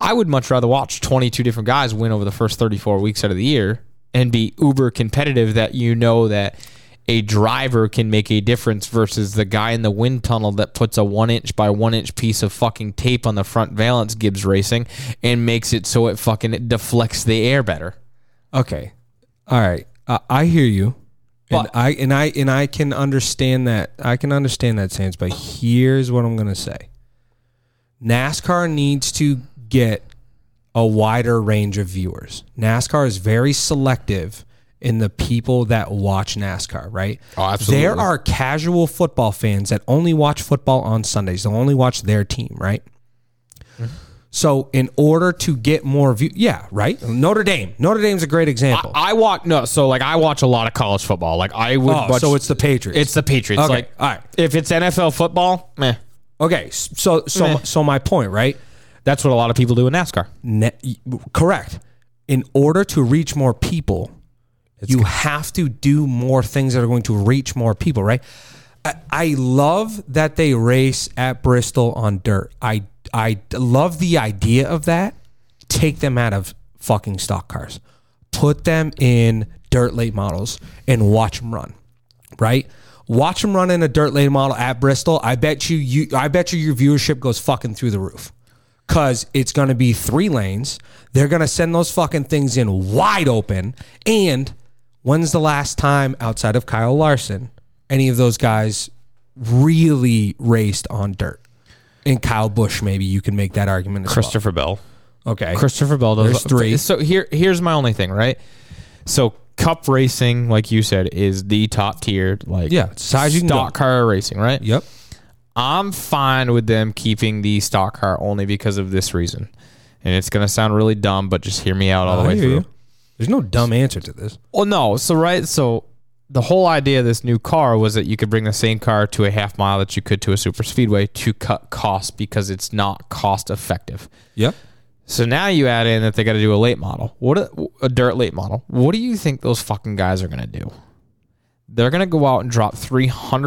S4: I would much rather watch 22 different guys win over the first 34 weeks out of the year and be uber competitive that you know that a driver can make a difference versus the guy in the wind tunnel that puts a one inch by one inch piece of fucking tape on the front valence Gibbs racing and makes it so it fucking deflects the air better.
S5: Okay. All right. I I hear you. And
S4: But-
S5: I and I and I can understand that. I can understand that stance, but here's what I'm going to say. NASCAR needs to get a wider range of viewers. NASCAR is very selective in the people that watch NASCAR, right? Oh,
S4: absolutely.
S5: There are casual football fans that only watch football on Sundays. They'll only watch their team, right?
S4: Mm-hmm.
S5: So in order to get more view, yeah, right. Notre Dame. Notre Dame's a great example.
S4: I watch no, so like I watch a lot of college football. Like I would.
S5: oh,
S4: watch,
S5: so it's the Patriots.
S4: it's the Patriots.
S5: Okay,
S4: Like
S5: all right.
S4: if it's NFL football, meh.
S5: okay. s- So so
S4: Meh.
S5: so my point, right?
S4: That's what a lot of people do in NASCAR.
S5: Ne- y- correct. In order to reach more people, you have to do more things that are going to reach more people, right? I, I love that they race at Bristol on dirt. I I love the idea of that. Take them out of fucking stock cars. Put them in dirt late models and watch them run. Right? Watch them run in a dirt late model at Bristol. I bet you you I bet you your viewership goes fucking through the roof. Cause it's gonna be three lanes. They're gonna send those fucking things in wide open. And when's the last time outside of Kyle Larson any of those guys really raced on dirt? And Kyle Bush, maybe you can make that argument as
S4: Christopher Bell.
S5: well. Okay.
S4: Christopher Bell does
S5: There's three.
S4: So here here's my only thing, right? So cup racing, like you said, is the top tier, like
S5: Yeah, it's as high as you can
S4: stock
S5: go.
S4: car racing, right?
S5: Yep.
S4: I'm fine with them keeping the stock car only because of this reason. And it's gonna sound really dumb, but just hear me out all the
S5: I
S4: way
S5: hear
S4: through.
S5: you. There's no dumb answer to this.
S4: Well, no. So right, so the whole idea of this new car was that you could bring the same car to a half mile that you could to a super speedway to cut costs because it's not cost effective.
S5: Yep.
S4: So now you add in that they got to do a late model. What a, a dirt late model. What do you think those fucking guys are going to do? They're going to go out and drop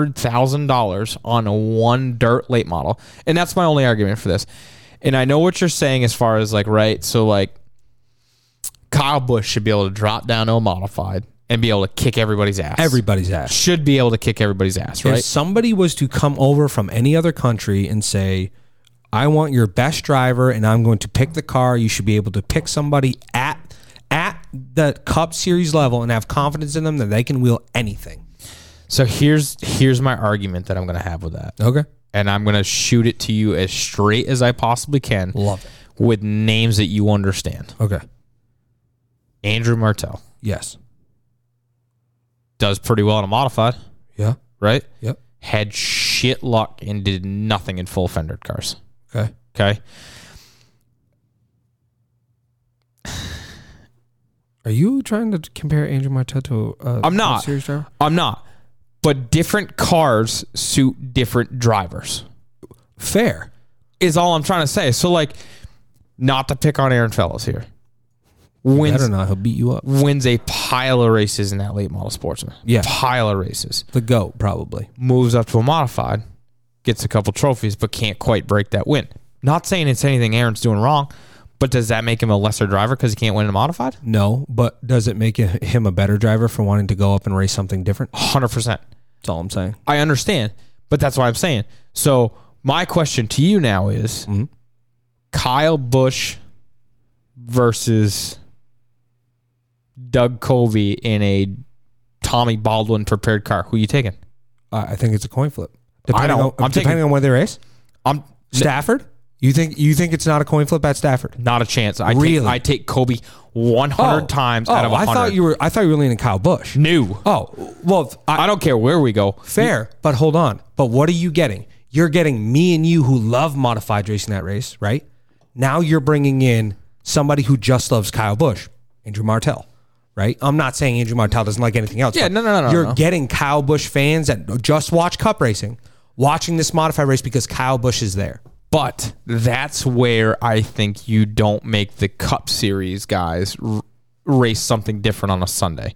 S4: $300,000 on one dirt late model. And that's my only argument for this. And I know what you're saying as far as like, right? So, like, Kyle Bush should be able to drop down to a modified and be able to kick everybody's ass.
S5: Everybody's ass.
S4: should be able to kick everybody's ass,
S5: If
S4: right?
S5: somebody was to come over from any other country and say, I want your best driver and I'm going to pick the car, you should be able to pick somebody at at the cup series level and have confidence in them that they can wheel anything.
S4: So here's here's my argument that I'm going to have with that.
S5: Okay.
S4: and I'm gonna shoot it to you as straight as I possibly can.
S5: Love it.
S4: With names that you understand.
S5: Okay.
S4: Andrew Martell
S5: Yes.
S4: does pretty well in a modified,
S5: Yeah.
S4: right?
S5: Yep.
S4: Had shit luck and did nothing in full fendered cars.
S5: Okay.
S4: Okay.
S5: Are you trying to compare Andrew Martel to a
S4: I'm not.
S5: series driver?
S4: I'm not. But different cars suit different drivers.
S5: Fair.
S4: Is all I'm trying to say. So like not to pick on Aaron Fellows here.
S5: I
S4: Wins
S5: don't know. He'll beat you up.
S4: wins a pile of races in that late model sportsman.
S5: Yeah.
S4: Pile of races.
S5: The goat, probably.
S4: moves up to a modified, gets a couple trophies, but can't quite break that win. Not saying it's anything Aaron's doing wrong, but does that make him a lesser driver because he can't win in a modified?
S5: No, but does it make it- him a better driver for wanting to go up and race something different?
S4: 100%.
S5: That's all I'm saying.
S4: I understand, but that's what I'm saying. So, my question to you now is
S5: Mm-hmm.
S4: Kyle Bush versus Doug Covey in a Tommy Baldwin prepared car. Who you taking?
S5: Uh, I think it's a coin flip.
S4: I
S5: Depending
S4: don't-
S5: on,
S4: I'm
S5: depending
S4: taking-
S5: on where they race.
S4: I'm
S5: Stafford? You think you think it's not a coin flip at Stafford?
S4: not a chance. I
S5: Really?
S4: take, I take Kobe 100 times
S5: oh,
S4: out of 100.
S5: I thought you were I thought you were leaning Kyle Bush.
S4: new.
S5: Oh, well, I,
S4: I don't care where we go.
S5: fair, but hold on. But what are you getting? You're getting me and you who love modified racing that race, right? Now you're bringing in somebody who just loves Kyle Bush, Andrew Martell, right? I'm not saying Andrew Martell doesn't like anything else.
S4: Yeah,
S5: but
S4: no, no, no, no,
S5: You're
S4: no.
S5: getting Kyle Bush fans that just watch Cup racing, watching this modified race because Kyle Bush is there.
S4: But that's where I think you don't make the Cup Series guys r- race something different on a Sunday.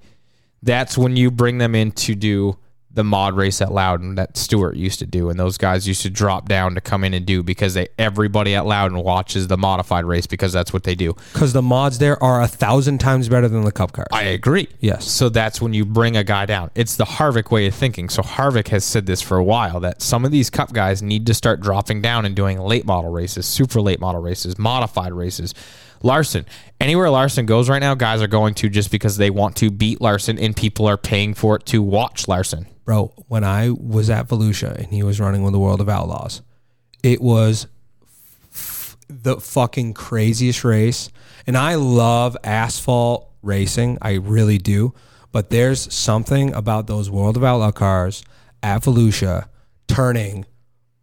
S4: That's when you bring them in to do the mod race at Loudon that Stewart used to do, and those guys used to drop down to come in and do because they everybody at Loudon watches the modified race because that's what they do.
S5: Because the mods there are a thousand times better than the cup cars.
S4: I agree.
S5: Yes.
S4: So that's when you bring a guy down. It's the Harvick way of thinking. So Harvick has said this for a while that some of these cup guys need to start dropping down and doing late model races, super late model races, modified races. Larson, anywhere Larson goes right now, guys are going to just because they want to beat Larson and people are paying for it to watch Larson.
S5: Bro, when I was at Volusia and he was running with the World of Outlaws, it was f- the fucking craziest race. And I love asphalt racing. I really do. But there's something about those World of Outlaw cars at Volusia turning.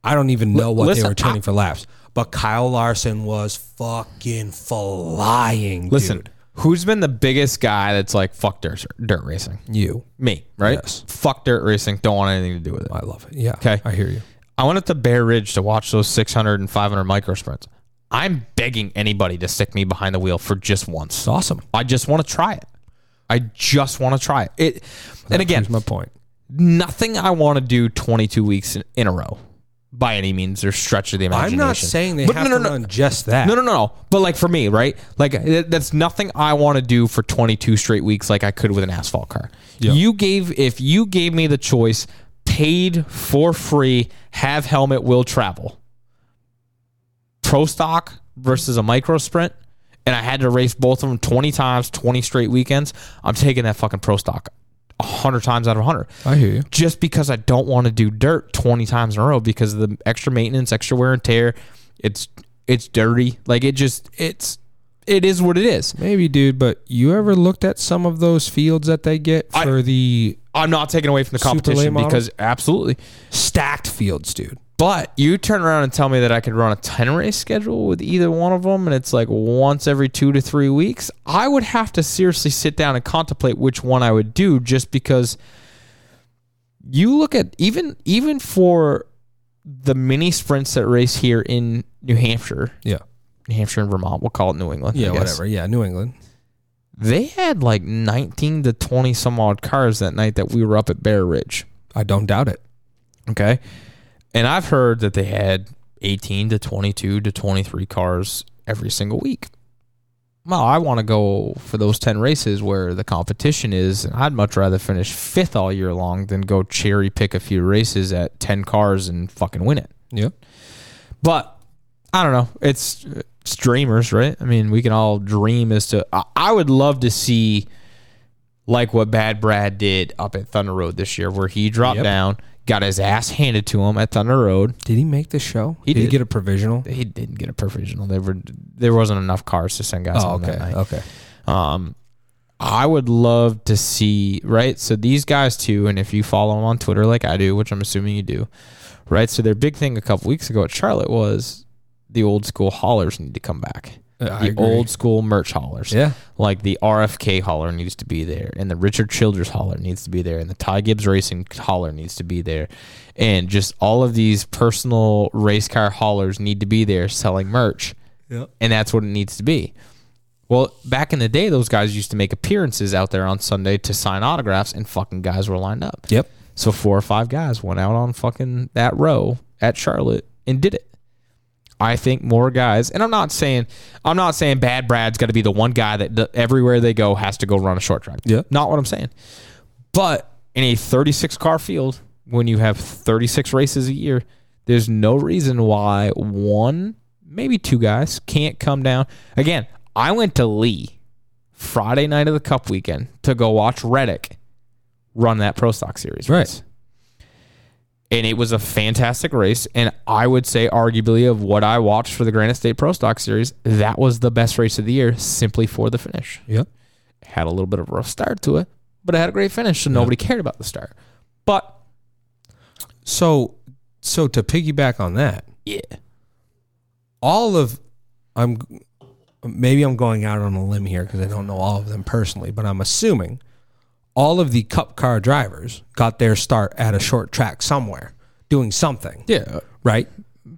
S5: I don't even know what
S4: listen,
S5: they were turning for laps. But Kyle Larson was fucking flying.
S4: Listen,
S5: dude.
S4: who's been the biggest guy that's like fuck dirt dirt racing?
S5: you.
S4: Me, right?
S5: Yes.
S4: Fuck dirt racing. Don't want anything to do with it.
S5: I love it. Yeah.
S4: 'Kay.
S5: I hear you.
S4: I went up to Bear Ridge to watch those 600 and 500 micro sprints. I'm begging anybody to stick me behind the wheel for just once.
S5: It's awesome.
S4: I just want to try it. I just want to try it. it and again,
S5: Here's my point.
S4: nothing I want to do 22 weeks in, in a row by any means or stretch of the
S5: I'm
S4: imagination.
S5: not saying they
S4: But
S5: have
S4: no, no,
S5: to
S4: no.
S5: run just that.
S4: No, no, no, no. But like for me, right? Like th- that's nothing I want to do for 22 straight weeks, like I could with an asphalt car. You gave if you gave me the choice, paid for free, have helmet, will travel. Pro stock versus a micro sprint, and I had to race both of them 20 times, 20 straight weekends. I'm taking that fucking pro stock. 100 times out of 100
S5: I hear you.
S4: just because I don't want to do dirt 20 times in a row because of the extra maintenance, extra wear and tear. It's it's dirty. Like it just it's it is what it is.
S5: Maybe, dude, but you ever looked at some of those fields that they get for the
S4: I'm not taking away from the
S5: Super late
S4: competition
S5: model?
S4: because absolutely.
S5: stacked fields, dude?
S4: But you turn around and tell me that I could run a 10 race schedule with either one of them and it's like once every 2 to 3 weeks, I would have to seriously sit down and contemplate which one I would do just because you look at even even for the mini sprints that race here in New Hampshire
S5: Yeah.
S4: New Hampshire and Vermont. We'll call it New England. I
S5: Yeah,
S4: guess.
S5: whatever. Yeah, New England.
S4: They had like 19 to 20 some odd cars that night that we were up at Bear Ridge.
S5: I don't doubt it.
S4: Okay. And I've heard that they had 18 to 22 to 23 cars every single week. Well, I want to go for those 10 races where the competition is. And I'd much rather finish fifth all year long than go cherry pick a few races at 10 cars and fucking win it.
S5: Yeah.
S4: But I don't know. It's, it's dreamers, right? I mean, we can all dream as to. I, I would love to see like what Bad Brad did up at Thunder Road this year, where he dropped
S5: Yep.
S4: down, got his ass handed to him at Thunder Road.
S5: Did he make the show?
S4: He
S5: he
S4: did.
S5: get a provisional?
S4: He didn't get a provisional. There were there wasn't enough cars to send guys.
S5: Oh,
S4: home
S5: okay.
S4: That night.
S5: Okay.
S4: Um, I would love to see, right? So these guys too, and if you follow them on Twitter like I do, which I'm assuming you do, right? So their big thing a couple weeks ago at Charlotte was the old school haulers need to come back.
S5: Uh,
S4: the
S5: I agree.
S4: old school merch haulers.
S5: Yeah.
S4: Like the RFK hauler needs to be there, and the Richard Childers hauler needs to be there, and the Ty Gibbs Racing hauler needs to be there, and just all of these personal race car haulers need to be there selling merch,
S5: Yeah.
S4: and that's what it needs to be. Well, back in the day, those guys used to make appearances out there on Sunday to sign autographs, and fucking guys were lined up.
S5: Yep.
S4: So four or five guys went out on fucking that row at Charlotte and did it. I think more guys, and I'm not saying I'm not saying Bad Brad's got to be the one guy that d- everywhere they go has to go run a short track.
S5: Yeah.
S4: not what I'm saying. But in a 36 car field, when you have 36 races a year, there's no reason why one, maybe two guys can't come down. Again, I went to Lee Friday night of the Cup weekend to go watch Reddick run that Pro Stock Series
S5: Right.
S4: race. And it was a fantastic race. And I would say, arguably, of what I watched for the Granite State Pro Stock Series, that was the best race of the year simply for the finish
S5: Yep.
S4: had a little bit of a rough start to it, but it had a great finish, so nobody cared about the start. But
S5: So, so to piggyback on that,
S4: yeah,
S5: all of I'm maybe I'm going out on a limb here because I don't know all of them personally, but I'm assuming all of the cup car drivers got their start at a short track somewhere doing something,
S4: yeah,
S5: right?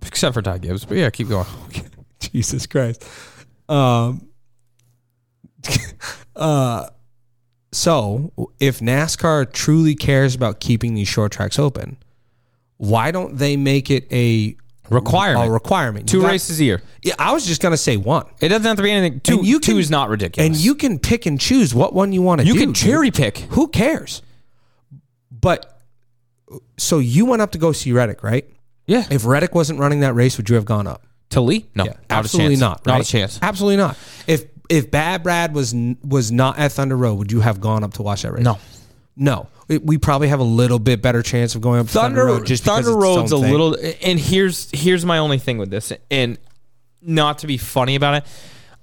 S4: except for Ty Gibbs, but yeah, keep going.
S5: Jesus Christ. Um, uh, so if NASCAR truly cares about keeping these short tracks open, why don't they make it a
S4: Requirement.
S5: A requirement.
S4: Two
S5: You got-
S4: races a year.
S5: Yeah, I was just gonna say one.
S4: It doesn't have to be anything. Two,
S5: And you
S4: two
S5: can-
S4: is not ridiculous,
S5: And you can pick and choose what one you want to
S4: you
S5: do.
S4: can
S5: dude.
S4: cherry pick.
S5: Who cares? But so you went up to go see Reddick, right?
S4: Yeah,
S5: If Reddick wasn't running that race, would you have gone up?
S4: to Lee, no, not a
S5: absolutely
S4: chance.
S5: not.
S4: not
S5: right?
S4: a chance.
S5: Absolutely not. If if Bad Brad was n- was not at Thunder Road, would you have gone up to watch that race?
S4: No.
S5: no. We- we probably have a little bit better chance of going up to Thunder,
S4: Thunder
S5: Road. Just because
S4: Thunder
S5: it's
S4: Road's
S5: its
S4: a
S5: own thing.
S4: little. And here's here's my only thing with this, and not to be funny about it,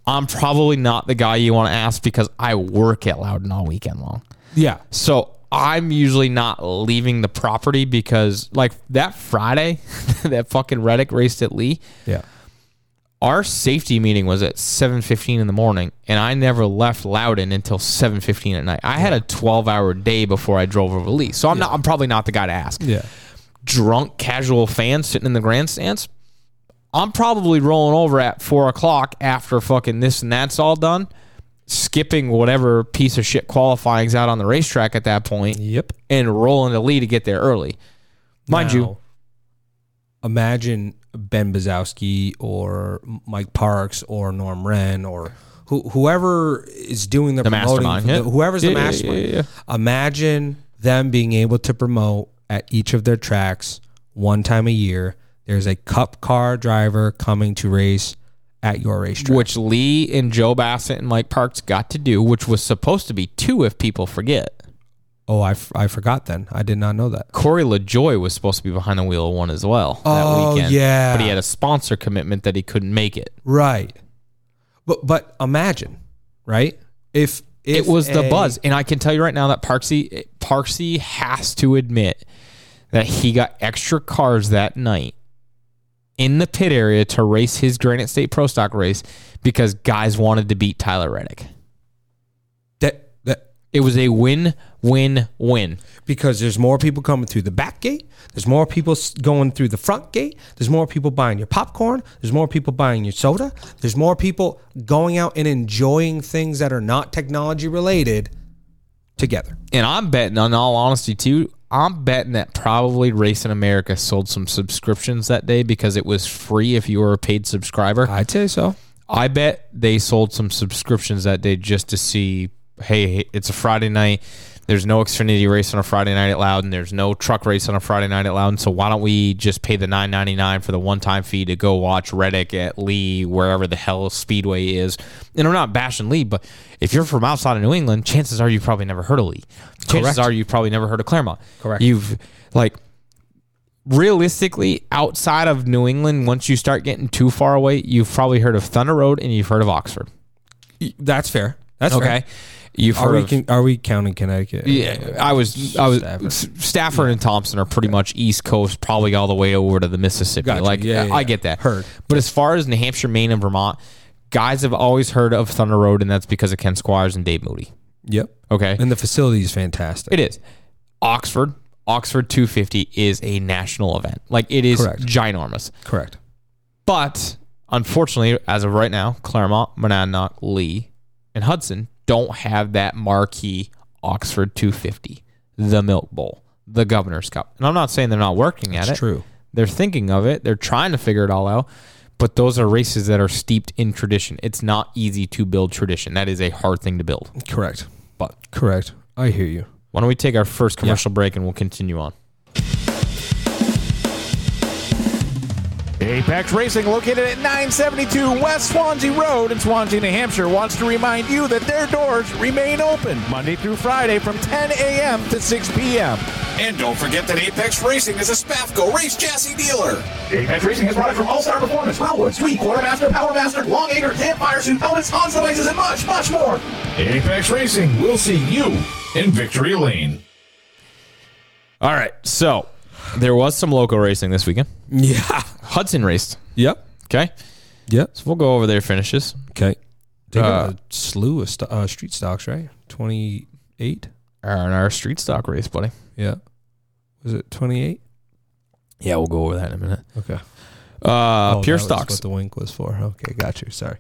S4: I'm probably not the guy you want to ask because I work at Loudon all weekend long.
S5: yeah.
S4: So I'm usually not leaving the property because like that Friday, that fucking Reddick raced at Lee.
S5: Yeah.
S4: Our safety meeting was at 7:15 in the morning, and I never left Loudon until 7:15 at night. I had a 12-hour day before I drove over Lee, so I'm not. I'm probably not the guy to ask.
S5: Yeah.
S4: Drunk casual fans sitting in the grandstands. I'm probably rolling over at four o'clock after fucking this and that's all done, skipping whatever piece of shit qualifying's out on the racetrack at that point
S5: Yep.
S4: and rolling the lead to get there early. Mind you,
S5: Now, imagine Ben Bazowski or Mike Parks or Norm Wren or who, whoever is doing the,
S4: The
S5: promoting,
S4: mastermind, yeah.
S5: whoever's the
S4: Yeah, yeah, yeah,
S5: mastermind.
S4: yeah,
S5: Imagine them being able to promote at each of their tracks one time a year. There's a cup car driver coming to race at your racetrack.
S4: which Lee and Joe Bassett and Mike Parks got to do, which was supposed to be two if people forget.
S5: oh, I, f- I forgot then. I did not know that.
S4: Corey LaJoy was supposed to be behind the wheel of one as well
S5: Oh,
S4: that weekend.
S5: yeah.
S4: But he had a sponsor commitment that he couldn't make it.
S5: Right. But but imagine, right? If, if
S4: it was the
S5: a-
S4: buzz. And I can tell you right now that Parksy Parksy has to admit that he got extra cars that night in the pit area to race his Granite State Pro Stock race because guys wanted to beat Tyler Reddick.
S5: that that
S4: It was a win, win, win.
S5: because there's more people coming through the back gate. There's more people s- going through the front gate. There's more people buying your popcorn. There's more people buying your soda. There's more people going out and enjoying things that are not technology related together.
S4: And I'm betting, in all honesty, too, I'm betting that probably Racing America sold some subscriptions that day because it was free if you were a paid subscriber.
S5: I'd say so.
S4: I bet they sold some subscriptions that day just to see. Hey, it's a Friday night. There's no Xfinity race on a Friday night at Loudon. There's no truck race on a Friday night at Loudon. So why don't we just pay the nine ninety nine for the one time fee to go watch Reddick at Lee, wherever the hell Speedway is? And I'm not bashing Lee, but if you're from outside of New England, chances are you probably never heard of Lee. Chances
S5: Correct.
S4: are you probably never heard of Claremont.
S5: Correct.
S4: You've like realistically, outside of New England, once you start getting too far away, you've probably heard of Thunder Road and you've heard of Oxford.
S5: That's fair. That's
S4: Okay,
S5: fair.
S4: you've
S5: Are
S4: heard
S5: we
S4: of.
S5: con- are we counting Connecticut?
S4: yeah, I was. I was.
S5: Stafford.
S4: S- Stafford, and Thompson are pretty much East Coast, probably all the way over to the Mississippi.
S5: Gotcha.
S4: Like,
S5: Yeah, yeah,
S4: I
S5: yeah.
S4: get that.
S5: Heard.
S4: But as far as New Hampshire, Maine, and Vermont, guys have always heard of Thunder Road, and that's because of Ken Squires and Dave Moody.
S5: Yep.
S4: Okay,
S5: And the facility is fantastic.
S4: It is. Oxford, Oxford 250 is a national event. Like it is
S5: Correct.
S4: ginormous.
S5: Correct.
S4: But unfortunately, as of right now, Claremont, Monadnock, Lee, and Hudson don't have that marquee Oxford 250, the Milk Bowl, the Governor's Cup. And I'm not saying they're not working at it.
S5: It's true.
S4: They're thinking of it. They're trying to figure it all out. But those are races that are steeped in tradition. It's not easy to build tradition. That is a hard thing to build.
S5: Correct. But correct. I hear you.
S4: Why don't we take our first commercial break and we'll continue on.
S2: Apex Racing, located at 972 West Swansea Road in Swansea, New Hampshire, wants to remind you that their doors remain open Monday through Friday from 10 a.m. to 6 p.m.
S1: And don't forget that Apex Racing is a Spafco race chassis dealer.
S6: Apex Racing is product from All Star Performance, Wildwood, Sweet, Quartermaster, Powermaster, Longacre, Campfire Suit, Helmets, Hans Devices, and much, much more.
S1: Apex Racing will see you in Victory Lane.
S4: All right. So there was some local racing this weekend.
S5: Yeah.
S4: Hudson raced.
S5: Yep.
S4: Okay.
S5: Yep.
S4: We'll go over their finishes.
S5: Okay. They
S4: Uh,
S5: got a slew of st- uh, street stocks, right? 28?
S4: Our, our street stock race, buddy.
S5: Yeah. Was it 28?
S4: Yeah, we'll go over that in a minute.
S5: Okay.
S4: Uh,
S5: Oh, that
S4: pure
S5: was
S4: stocks.
S5: what the wink was for. Okay, got you. Sorry.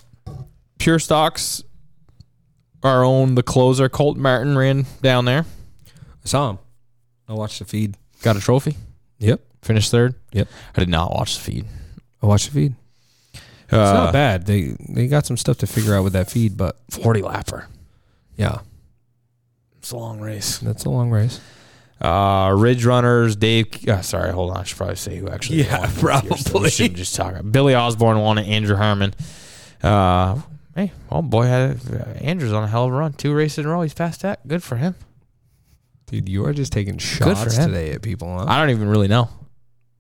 S4: pure stocks. Our own the closer Colt Martin ran down there,
S5: I saw him. I watched the feed.
S4: got a trophy,
S5: Yep.
S4: finished third.
S5: Yep.
S4: I did not watch the feed.
S5: I watched the feed. It's
S4: Uh,
S5: not bad. They they got some stuff to figure out with that feed, but
S4: Forty lapper.
S5: yeah,
S4: It's a long race.
S5: that's a long race.
S4: Uh, Ridge Runners, Dave. Uh, sorry, hold on. I should probably say who actually.
S5: Yeah,
S4: won. We
S5: probably.
S4: shouldn't just talk. Billy Osborne won it. Andrew Herman. Uh, hey, oh boy, had, uh, Andrew's on a hell of a run. Two races in a row. He's past that. Good for him.
S5: Dude, you are just taking
S4: for
S5: shots
S4: him.
S5: today at people. Huh?
S4: I don't even really know.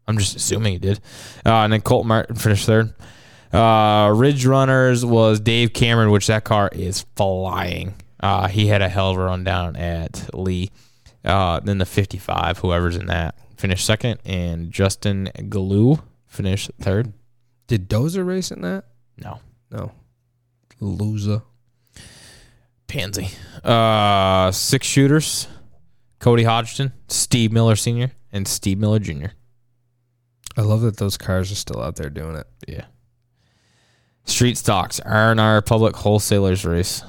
S4: I'm just assuming he did. Uh, and then Colt Martin finished third. Uh, Ridge Runners was Dave Cameron, which that car is flying. Uh, he had a hell of a run down at Lee. Uh, then the 55, whoever's in that, finished second. And Justin Galoo finished third.
S5: Did Dozer race in that?
S4: No.
S5: No. Loser.
S4: Pansy. Uh, six shooters Cody Hodgson, Steve Miller Sr., and Steve Miller Jr.
S5: I love that those cars are still out there doing it.
S4: Yeah. Street stocks, R and R Public Wholesalers race.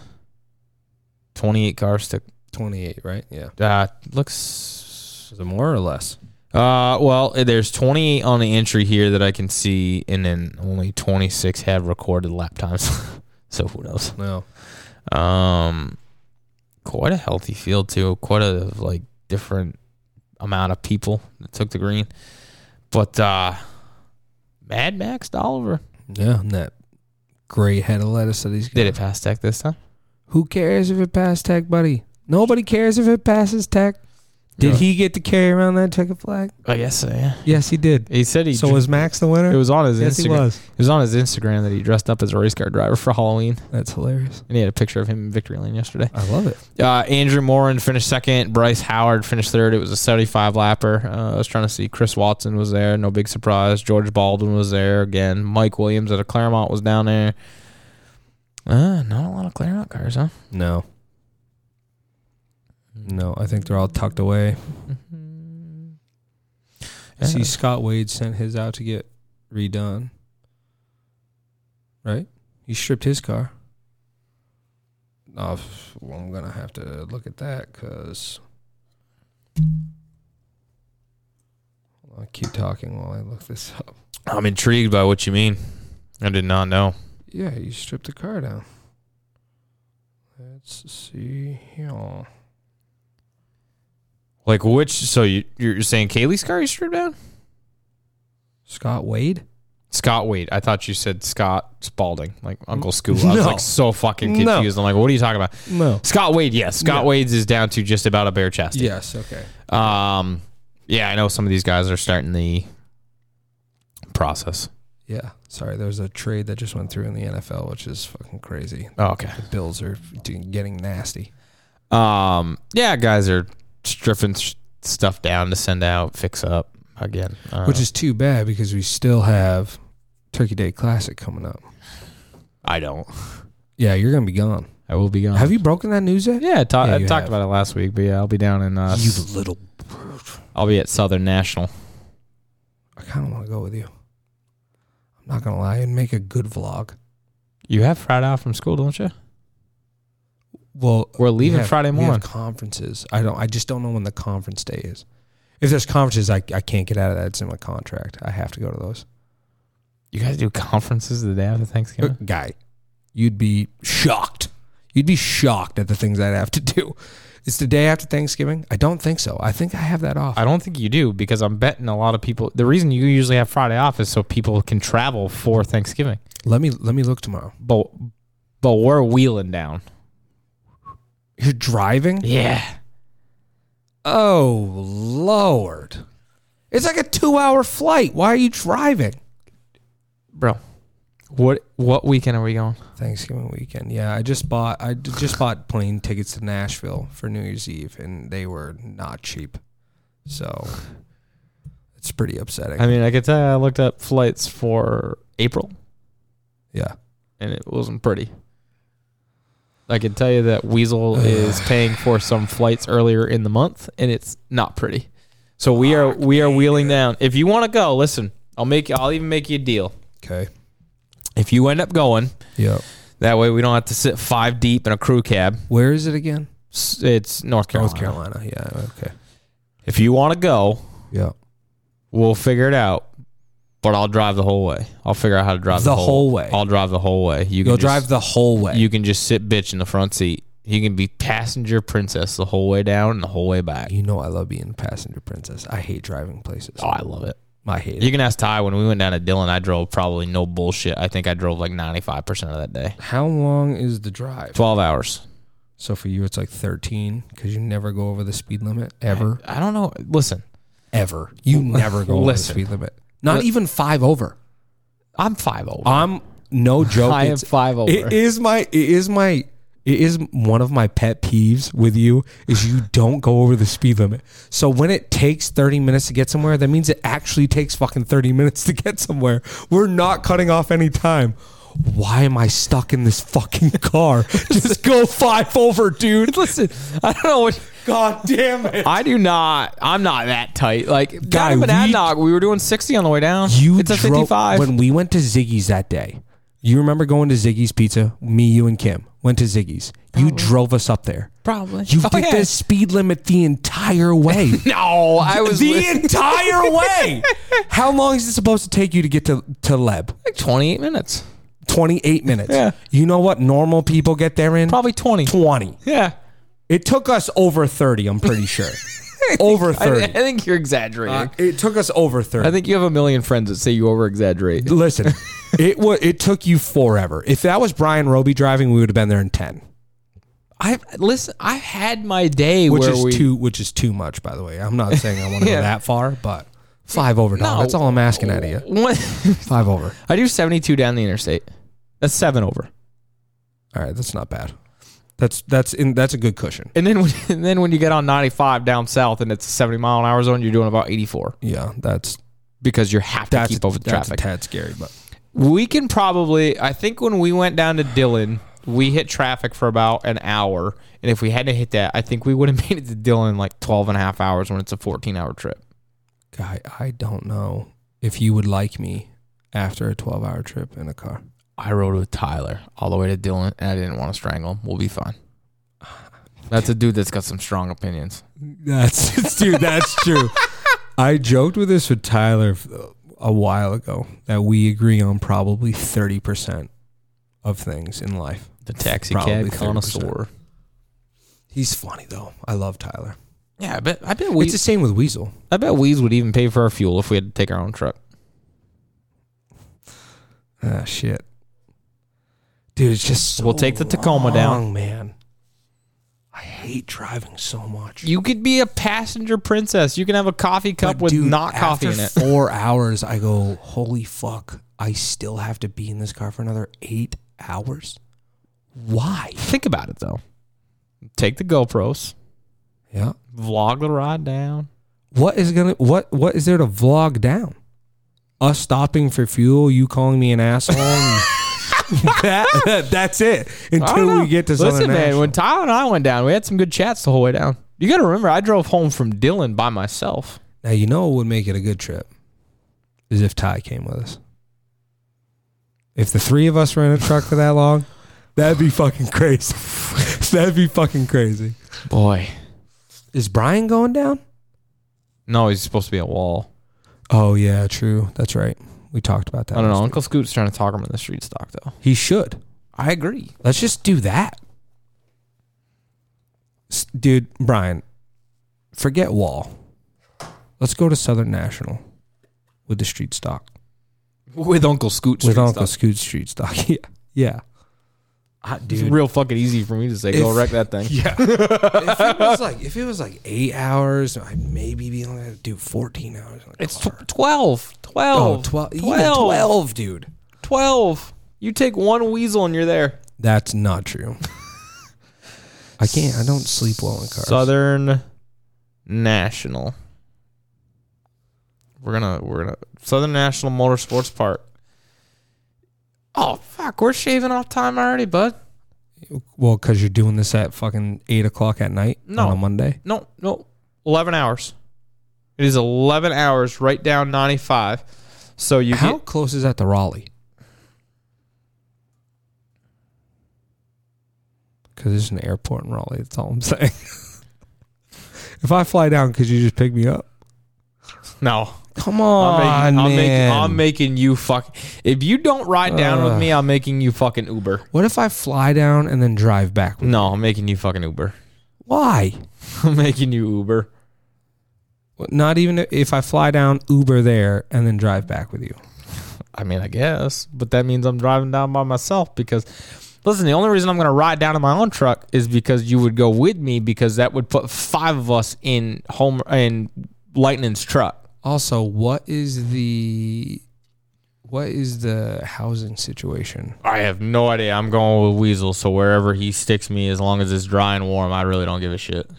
S4: 28 cars to.
S5: 28, right? Yeah.
S4: Uh, looks.
S5: Is it more or less?
S4: Uh, well, there's 28 on the entry here that I can see, and then only 26 have recorded lap times. so who knows?
S5: No.
S4: Um, quite a healthy field too. Quite a like different amount of people that took the green, but uh, Mad Max to Oliver
S5: Yeah. And that gray head of lettuce that he's got.
S4: did it pass tech this time.
S5: Who cares if it passed tech, buddy? Nobody cares if it passes tech. Did
S4: Yeah.
S5: he get to carry around that ticket flag?
S4: I guess so. Yeah,
S5: Yes, he did.
S4: he said he.
S5: So
S4: dr-
S5: was Max the winner?
S4: it was on his
S5: yes,
S4: Instagram.
S5: he was.
S4: It was on his Instagram that he dressed up as a race car driver for Halloween,
S5: That's hilarious.
S4: and he had a picture of him in victory lane yesterday.
S5: I love it.
S4: Uh, Andrew Morin finished second. Bryce Howard finished third. It was a 75 lapper. Uh, I was trying to see Chris Watson was there. No big surprise. George Baldwin was there again. Mike Williams at a Claremont was down there. Uh, not a lot of Claremont cars, huh?
S5: No. No, I think they're all tucked away.
S4: Mm-hmm. Yeah.
S5: See, Scott Wade sent his out to get redone. Right? He stripped his car. Oh, f- well, I'm going to have to look at that because. I'll keep talking while I look this up.
S4: I'm intrigued by what you mean. I did not know.
S5: Yeah, you stripped the car down. Let's see here.
S4: Like which? So you you're saying Kaylee's car you stripped down?
S5: Scott Wade?
S4: Scott Wade. I thought you said Scott Spalding, like Uncle Scoot. I was
S5: No.
S4: like so fucking
S5: No.
S4: confused. I'm like, what are you talking about?
S5: No.
S4: Scott Wade, yes. Scott
S5: Yeah.
S4: Wade's is down to just about a bare chest.
S5: Yes, okay.
S4: Um, yeah, I know some of these guys are starting the process.
S5: Yeah. Sorry, there was a trade that just went through in the NFL, which is fucking crazy.
S4: Oh, okay.
S5: The Bills are doing, getting nasty.
S4: Um, yeah, guys are stripping s- stuff down to send out, fix up again. Uh,
S5: Which is too bad because we still have Turkey Day Classic coming up.
S4: I don't.
S5: Yeah, you're going to be gone.
S4: I will be gone.
S5: Have you broken that news yet?
S4: Yeah, I ta-
S5: Yeah,
S4: I
S5: you
S4: talked
S5: have.
S4: about it last week, but yeah, I'll be down in. Uh, s-
S5: little.
S4: I'll be at Southern National.
S5: I kind of want to go with you. I'm not going to lie and make a good vlog.
S4: You have Friday off from school, don't you?
S5: Well,
S4: We're
S5: we
S4: leaving
S5: have-
S4: Friday
S5: we have
S4: morning.
S5: conferences. I don't. I just don't know when the conference day is. If there's conferences, I, I can't get out of that. It's in my contract. I have to go to those.
S4: You guys do conferences the day after Thanksgiving.
S5: Uh, guy, you'd be shocked. You'd be shocked at the things I'd have to do. It's the day after Thanksgiving. I don't think so. I think I have that off.
S4: I don't think you do because I'm betting a lot of people. The reason you usually have Friday off is so people can travel for Thanksgiving.
S5: let me let me look tomorrow.
S4: But but we're wheeling down.
S5: You're driving?
S4: Yeah.
S5: Oh lord! It's like a two-hour flight. Why are you driving?
S4: Bro. What what weekend are we going?
S5: Thanksgiving weekend. Yeah, I just bought I d- just bought plane tickets to Nashville for New Year's Eve, and they were not cheap. So it's pretty upsetting.
S4: I mean, I could tell you I looked up flights for April
S5: yeah.
S4: and it wasn't pretty. I can tell you that Weasel is paying for some flights earlier in the month and it's not pretty. So we are we are wheeling down. If you want to go, listen, I'll make I'll even make you a deal.
S5: Okay.
S4: If you end up going,
S5: Yep.
S4: That way we don't have to sit five deep in a crew cab.
S5: Where is it again?
S4: S- It's North Carolina.
S5: North Carolina. Yeah. Okay.
S4: If you want to go,
S5: Yeah.
S4: we'll figure it out. But I'll drive the whole way. I'll figure out how to drive the,
S5: The whole way.
S4: I'll drive the whole way. You
S5: You'll
S4: can
S5: drive the whole way.
S4: You can just sit bitch in the front seat. You can be passenger princess the whole way down and the whole way back.
S5: You know I love being a passenger princess. I hate driving places.
S4: Oh, I love it.
S5: I hate
S4: You
S5: it.
S4: can ask Ty when we went down to Dillon. I drove probably no bullshit. I think I drove like ninety five percent of that day.
S5: How long is the drive?
S4: Twelve hours.
S5: So for you, it's like 13 because you never go over the speed limit ever,
S4: I don't know. Listen,
S5: ever. You never go over the
S4: Listen.
S5: speed limit. Not even five over.
S4: I'm five over.
S5: I'm no joke.
S4: I am
S5: it's-
S4: five oh over.
S5: It is my. It is my. It is one of my pet peeves with you is you don't go over the speed limit. So when it takes 30 minutes to get somewhere, that means it actually takes fucking 30 minutes to get somewhere. We're not cutting off any time. Why am I stuck in this fucking car? Just go five over, dude.
S4: Listen, I don't know what.
S5: God damn it.
S4: I do not. I'm not that tight. Like
S5: Guy,
S4: down in
S5: we-
S4: Monadnock, we were doing 60 on the way down.
S5: You
S4: it's a
S5: drove-
S4: 55.
S5: When we went to Ziggy's that day, You remember going to Ziggy's Pizza? Me, you, and Kim went to Ziggy's. You drove us up there.
S7: Probably.
S5: You
S7: Oh,
S5: did
S7: yeah.
S5: the speed limit the entire way.
S7: No, I was
S5: the
S7: with-
S5: entire way. How long is it supposed to take you to get to to Leb?
S7: like 28 minutes.
S5: 28 minutes.
S7: Yeah.
S5: You know what normal people get there in?
S7: Probably 20.
S5: 20.
S7: Yeah.
S5: It took us over 30, I'm pretty sure. over
S7: I,
S5: 30.
S7: I think you're exaggerating.
S5: Uh, it took us over 30.
S7: I think you have a million friends that say you over exaggerate.
S5: Listen, it was it took you forever. If that was Brian Roby driving, we would have been there in 10,
S7: I listen. I had my day
S5: which
S7: where
S5: is
S7: we
S5: too which is too much by the way. I'm not saying I want to
S7: Yeah.
S5: go that far, but 5 over dog.
S7: No.
S5: That's all I'm asking out of you.
S7: One-
S5: 5 over.
S7: I do 72 down the interstate. That's seven over.
S5: All right, that's not bad. That's that's in that's a good cushion.
S7: And then when, and then when you get on 95 down south and it's a 70 mile an hour zone, you're doing about 84
S5: Yeah, that's
S7: because you have to
S5: that's
S7: keep up with the
S5: that's
S7: traffic.
S5: a tad scary, but
S7: we can probably. I think when we went down to Dillon, we hit traffic for about an hour. And if we hadn't hit that, I think we would have made it to Dillon in like 12 and a half hours when it's a 14 hour trip.
S5: Guy, I don't know if you would like me after a 12 hour trip in a car.
S7: I rode with Tyler all the way to Dillon, and I didn't want to strangle him. We'll be fine. That's a dude that's got some strong opinions.
S5: That's, dude, that's true. I joked with this with Tyler f- a while ago that we agree on probably 30% of things in life.
S7: The taxi
S5: Probably
S7: cab
S5: 30%.
S7: connoisseur.
S5: He's funny, though. I love Tyler.
S7: Yeah, I bet. I bet we.
S5: it's the same with Weasel.
S7: I bet Weeds would even pay for our fuel if we had to take our own truck.
S5: Ah, shit. Dude, it's just so
S7: We'll take the Tacoma down.
S5: long, man. I hate driving so much.
S7: You could be a passenger princess. You can have a coffee cup
S5: But
S7: with
S5: dude,
S7: not coffee
S5: after
S7: in it.
S5: Four hours, I go, holy fuck, I still have to be in this car for another eight hours? Why?
S7: Think about it though. Take the GoPros,
S5: Yeah.
S7: vlog the ride down.
S5: What is gonna what what is there to vlog down? Us stopping for fuel, you calling me an asshole. and- that, that's it.
S7: I don't
S5: Until
S7: know.
S5: we get to Southern
S7: Listen, man.
S5: National.
S7: When Tyler and I went down, we had some good chats the whole way down. You got to remember, I drove home from Dillon by myself.
S5: Now you know what would make it a good trip is if Ty came with us. If the three of us were in a truck for that long, that'd be fucking crazy. that'd be fucking crazy.
S7: Boy,
S5: Is Brian going down?
S7: no, he's supposed to be at Wall.
S5: Oh yeah, true. That's right. We talked about that.
S7: I don't know.
S5: last week.
S7: Uncle Scoot's trying to talk him in the street stock though.
S5: He should.
S7: I agree.
S5: Let's just do that. S- Dude, Brian, forget Wall. Let's go to Southern National with the street stock.
S7: With Uncle Scoot,
S5: with Uncle Scoot Street Stock. yeah. Yeah.
S7: It's real fucking easy for me to say. Go
S5: If-
S7: wreck that thing.
S5: Yeah. if it was like if it was like eight hours, I'd maybe be able to do fourteen hours. in a
S7: It's
S5: car.
S7: tw- 12. 12.
S5: oh, 12, even
S7: 12.
S5: 12, dude.
S7: 12. You take one weasel and you're there.
S5: That's not true. I can't. I don't sleep well in cars.
S7: Southern National. We're gonna we're gonna Southern National Motorsports Park. Oh fuck, we're shaving off time already, bud.
S5: Well, because you're doing this at fucking eight o'clock at night
S7: No.
S5: on a Monday.
S7: No, no. Eleven hours. It is eleven hours right down ninety five. So you
S5: How
S7: get
S5: close is that to Raleigh? Because there's an airport in Raleigh. That's all I'm saying. if I fly down, could you just pick me up?
S7: No.
S5: Come on,
S7: I'm making, I'm, making,
S5: man.
S7: I'm making you fuck. If you don't ride down with
S5: Ugh.
S7: me, I'm making you fucking Uber.
S5: what if I fly down and then drive back?
S7: No, I'm making you fucking Uber.
S5: Why?
S7: I'm making you Uber.
S5: Not even if I fly down, Uber there, and then drive back with you.
S7: I mean, I guess, but that means I'm driving down by myself because listen, the only reason I'm going to ride down in my own truck is because you would go with me because that would put five of us in home in Lightning's truck.
S5: Also, what is the what is the housing situation?
S7: I have no idea. I'm going with Weasel, so wherever he sticks me, as long as it's dry and warm, I really don't give a shit.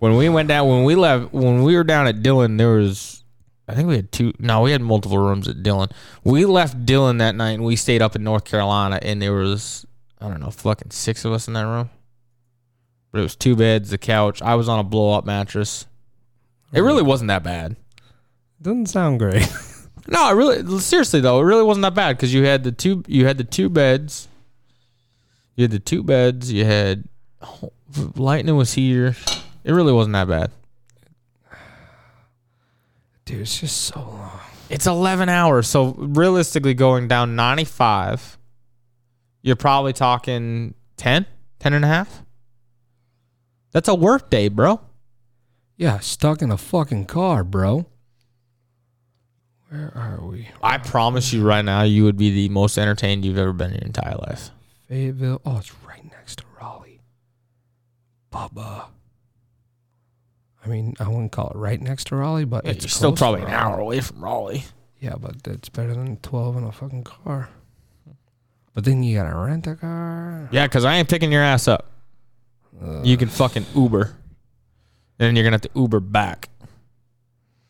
S7: When we went down, when we left, when we were down at Dillon, there was, I think we had two. No, we had multiple rooms at Dillon. We left Dillon that night, and we stayed up in North Carolina, and there was, I don't know, fucking six of us in that room. But it was two beds, the couch. I was on a blow up mattress. It really wasn't that bad.
S5: Doesn't sound great.
S4: No, it really seriously though, it really wasn't that bad because you had the two you had the two beds. You had the two beds, you had oh, lightning was here. It really wasn't that bad.
S5: Dude, it's just so long.
S4: It's 11 hours, so realistically going down 95, you're probably talking 10, 10 and a half. That's a work day, bro.
S5: Yeah, stuck in a fucking car, bro. Where are we?
S4: I promise you right now, you would be the most entertained you've ever been in your entire life.
S5: Fayetteville. Oh, it's right next to Raleigh. Bubba. I mean, I wouldn't call it right next to Raleigh, but
S4: It's
S5: it's
S4: still
S5: close to
S4: probably an
S5: Raleigh.
S4: hour away from Raleigh.
S5: Yeah, but that's better than 12 in a fucking car. But then you gotta rent a car.
S4: Yeah, because I ain't picking your ass up. you can fucking Uber. And then you're going to have to Uber back.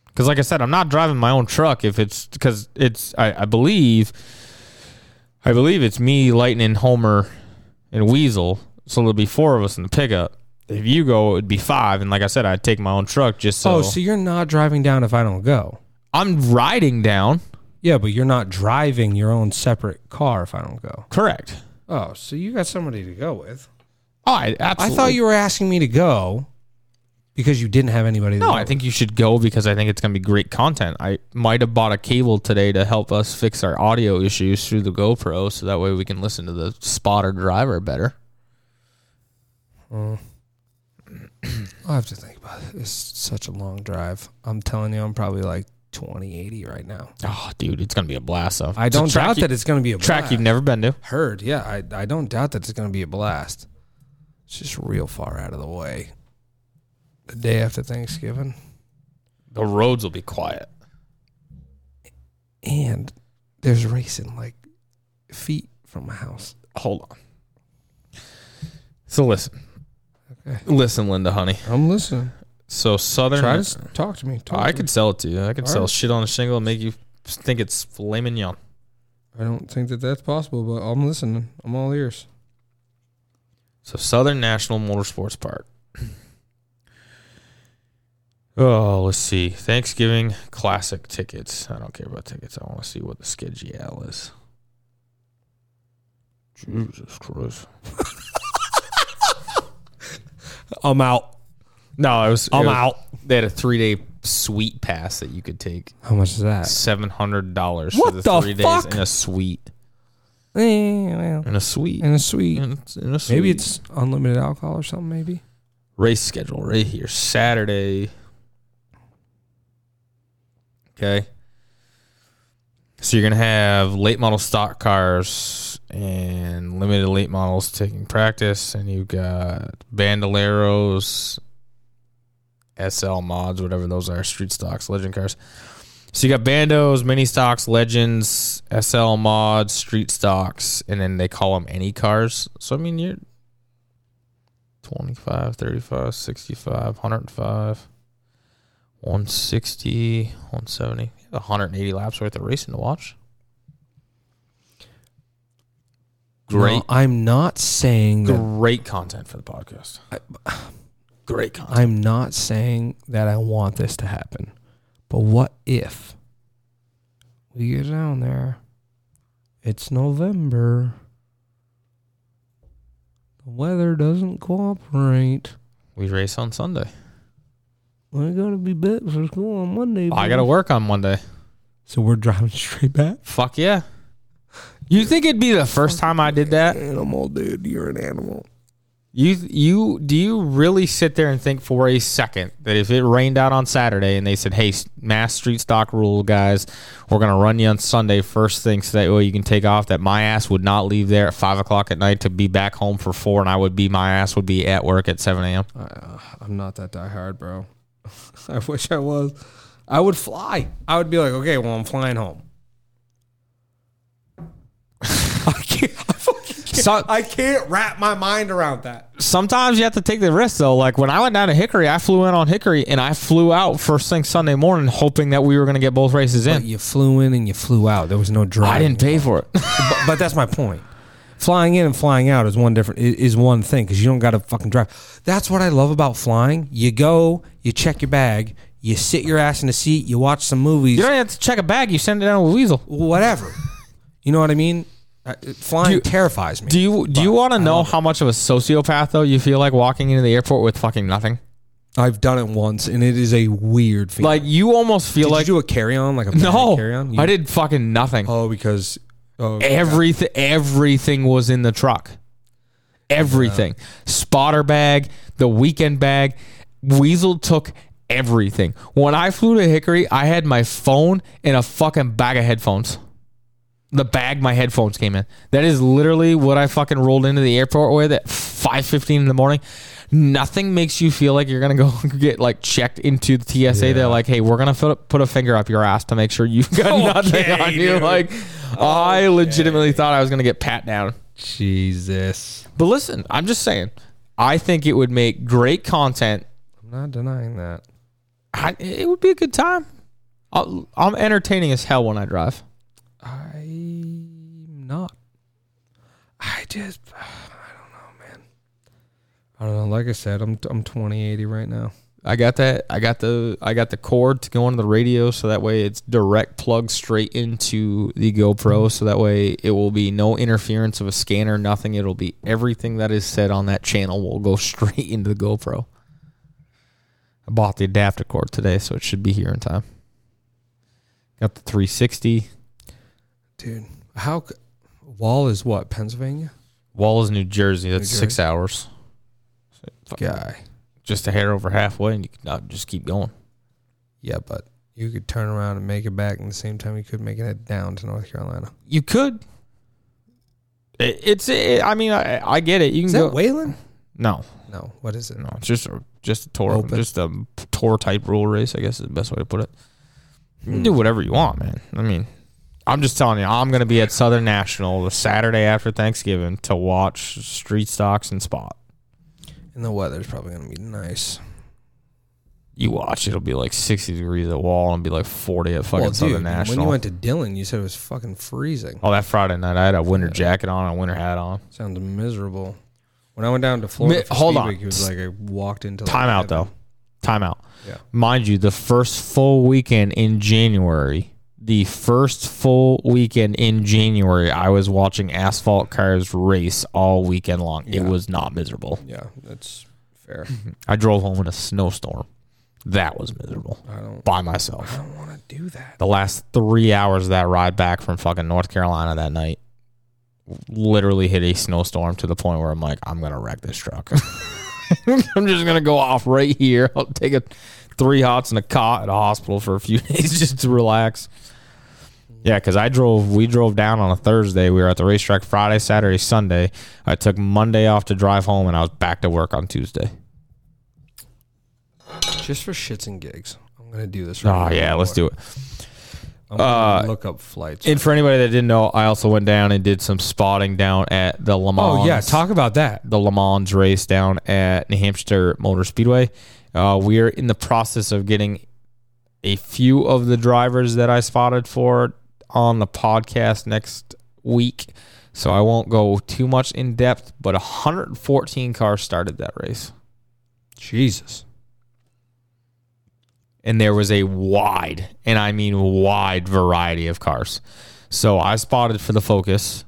S4: Because, like I said, I'm not driving my own truck if it's because it's, I, I believe, I believe it's me, Lightning, Homer, and Weasel. So there'll be four of us in the pickup. If you go, it'd be five. And like I said, I'd take my own truck just so.
S5: Oh, so you're not driving down if I don't go.
S4: I'm riding down.
S5: Yeah, but you're not driving your own separate car if I don't go.
S4: Correct.
S5: Oh, so you got somebody to go with.
S4: Oh, I absolutely.
S5: I thought you were asking me to go because you didn't have anybody to
S4: No,
S5: go
S4: I think you should go because I think it's going to be great content. I might have bought a cable today to help us fix our audio issues through the GoPro so that way we can listen to the spotter driver better.
S5: I'll have to think about it. It's such a long drive. I'm telling you, I'm probably like 2080 right now.
S4: Oh, dude, it's going to be a blast. Though.
S5: I
S4: It's a
S5: don't
S4: track
S5: doubt
S4: you-
S5: that it's going to be a
S4: track
S5: blast.
S4: you've never been to.
S5: heard. Yeah, I, I don't doubt that it's going to be a blast. It's just real far out of the way. The day after Thanksgiving.
S4: The roads will be quiet.
S5: And there's racing like feet from my house.
S4: Hold on. So listen.
S5: Okay.
S4: Listen, Linda, honey.
S5: I'm listening.
S4: So Southern
S5: Try to s- talk to me. Talk
S4: I
S5: to
S4: could
S5: me.
S4: sell it to you. I could
S5: All
S4: sell
S5: right.
S4: shit on a shingle and make you think it's filet mignon.
S5: I don't think that that's possible, but I'm listening. I'm all ears.
S4: So Southern National Motorsports Park. Oh, let's see. Thanksgiving classic tickets. I don't care about tickets. I want to see what the schedule is. Jesus Christ.
S5: I'm out.
S4: No, it was.
S5: I'm
S4: it was-
S5: out.
S4: They had a three day sweet pass that you could take.
S5: How much is that?
S4: Seven hundred dollars for
S5: What
S4: the,
S5: the
S4: three
S5: fuck?
S4: days in a suite.
S5: Eh, well,
S4: In a suite.
S5: and a sweet.
S4: In, in a suite.
S5: Maybe it's unlimited alcohol or something. Maybe.
S4: race schedule right here. Saturday. Okay. So you're gonna have late model stock cars and limited late models taking practice, and you've got Bandoleros, SL mods, whatever those are, street stocks, legend cars. So you got bandos, mini stocks, legends, SL mods, street stocks, and then they call them any cars. So I mean, you're 25, 35, 65, 105, 160, 170, 180 laps worth of racing to watch. Great,
S5: No, I'm not saying that
S4: great content for the podcast. great content.
S5: I'm not saying that I want this to happen, but what if we get down there? It's November. The weather doesn't cooperate.
S4: we race on Sunday.
S5: We're gonna be back for school on Monday.
S4: I got to
S5: baby.
S4: work on Monday.
S5: So we're driving straight back.
S4: Fuck yeah. You think it'd be the first time I did that?
S5: Animal, dude, you're an animal.
S4: You you do you really sit there and think for a second that if it rained out on Saturday and they said, "Hey, s- mass street stock rule, guys, we're gonna run you on Sunday first thing, so that way you can take off," that my ass would not leave there at five o'clock at night to be back home for four, and I would be my ass would be at work at seven a.m.
S5: I'm not that diehard, bro. I wish I was. I would fly. I would be like, okay, well, I'm flying home. I can't. I fucking can't.
S4: So-
S5: I can't wrap my mind around that.
S4: Sometimes you have to take the risk though. Like when I went down to Hickory, I flew in on Hickory and I flew out first thing Sunday morning, hoping that we were gonna get both races in.
S5: You flew in and you flew out. There was no drive.
S4: I didn't pay for it.
S5: but, but that's my point. Flying in and flying out is one different i- is one thing because you don't got to fucking drive. That's what I love about flying. You go, you check your bag, You sit your ass in a seat. You watch some movies.
S7: You don't have to check a bag. You send it down with a weasel.
S5: whatever. You know what I mean? Uh, Flying
S7: you-
S5: terrifies me.
S7: Do you do you want to know how much of a sociopath though you feel like walking into the airport with fucking nothing?
S5: I've done it once, and it is a weird feeling.
S7: Like you almost feel
S5: did
S7: like
S5: you do a carry on? Like a
S7: no,
S5: carry on?
S7: I Eh. did fucking nothing.
S5: Oh, because oh,
S7: everything everything was in the truck. Everything. Spotter bag, the weekend bag. Weasel took everything. When I flew to Hickory, I had my phone and a fucking bag of headphones. The bag my headphones came in. That is literally what I fucking rolled into the airport with at 5:15 in the morning. Nothing makes you feel like you're gonna go get like checked into the TSA. They're like, "Hey, we're gonna fit, put a finger up your ass to make sure you've got nothing on you." Like, I legitimately thought I was gonna get pat down.
S5: Jesus!
S7: But listen, I'm just saying, I think it would make great content.
S5: I'm not denying that.
S7: I, it would be a good time. I'll, I'm entertaining as hell when I drive.
S5: I'm not. I just, I don't know, man. I don't know. Like I said, I'm I'm 2080 right now.
S7: I got that. I got the. I got the cord to go into the radio, so that way it's direct plug straight into the GoPro. So that way it will be no interference of a scanner, nothing. It'll be everything that is said on that channel will go straight into the GoPro. I bought the adapter cord today, so it should be here in time. Got the 360
S5: Dude, how? c- Wall is what? Pennsylvania
S7: wall is New Jersey. That's six
S5: Jersey.
S7: hours. So, fuck,
S5: guy.
S7: Just a hair over halfway, and you can uh, just keep going.
S5: Yeah, but you could turn around and make it back, in the same time you could make it head down to North Carolina.
S7: You could. It, it's. It, I mean, I, I get it. You can
S5: Is
S7: go.
S5: that Wayland?
S7: No,
S5: No. What is it?
S7: no. It's just a just a tour,
S5: Open.
S7: just a tour type rule race. I guess is the best way to put it. You
S5: Hmm.
S7: can do whatever you want, man. I mean, I'm just telling you, I'm going to be at Southern National the Saturday after Thanksgiving to watch Street Stocks and Spot.
S5: And the weather's probably gonna be nice.
S7: You watch, it'll be like 60 degrees at Wall and be like 40 at fucking
S5: Well,
S7: Southern
S5: dude,
S7: National.
S5: when you went to Dillon, you said it was fucking freezing.
S7: Oh, that Friday night, I had a winter jacket on, a winter hat on.
S5: Sounds miserable. When I went down to Florida,
S7: Mi-
S5: for
S7: hold
S5: Speed
S7: on.
S5: Week, it was like I walked into like
S7: Timeout
S5: heaven.
S7: though. Timeout.
S5: Yeah.
S7: Mind you, the first full weekend in January, the first full weekend in January, I was watching asphalt cars race all weekend long. It was not miserable.
S5: Yeah, that's fair.
S7: I drove home in a snowstorm. That was miserable. I
S5: don't-
S7: by myself.
S5: I don't want to do that.
S7: The last three hours of that ride back from fucking North Carolina that night literally hit a snowstorm to the point where I'm like, I'm gonna wreck this truck. I'm just gonna go off right here. I'll take a three hots and a cot at a hospital for a few days just to relax. Yeah, because I drove. We drove down on a Thursday. We were at the racetrack Friday, Saturday, Sunday. I took Monday off to drive home, and I was back to work on Tuesday.
S5: Just for shits and gigs, I'm gonna do this.
S7: Oh yeah, let's do Uh, it.
S5: I'm gonna look up flights.
S7: And for anybody that didn't know, I also went down and did some spotting down at the Le Mans.
S5: oh yeah, talk about that.
S7: the Le Mans race down at New Hampshire Motor Speedway. Uh, we are in the process of getting a few of the drivers that I spotted for on the podcast next week. So I won't go too much in depth, but 114 cars started that race.
S5: Jesus.
S7: and there was a wide, and I mean wide variety of cars. So I spotted for the Focus,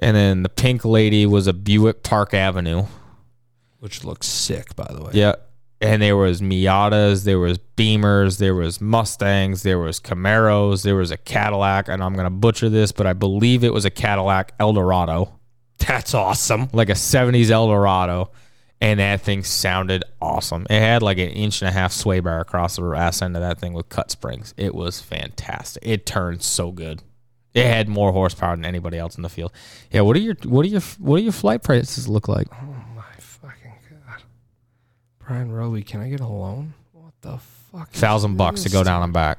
S7: and then the pink lady was a Buick Park Avenue.
S5: Which looks sick, by the way.
S7: Yeah. And there was Miatas, there was Beamers, there was Mustangs, there was Camaros, there was a Cadillac, and I'm gonna butcher this, but I believe it was a Cadillac Eldorado.
S5: That's awesome.
S7: Like a 70s Eldorado. And that thing sounded awesome. It had like an inch and a half sway bar across the ass end of that thing with cut springs. It was fantastic. It turned so good. It had more horsepower than anybody else in the field. Yeah, what are your what are your what do your flight prices look like?
S5: My fucking god. Brian Roby, can I get a loan? What the fuck? is
S7: Thousand bucks to
S5: this?
S7: go down and back.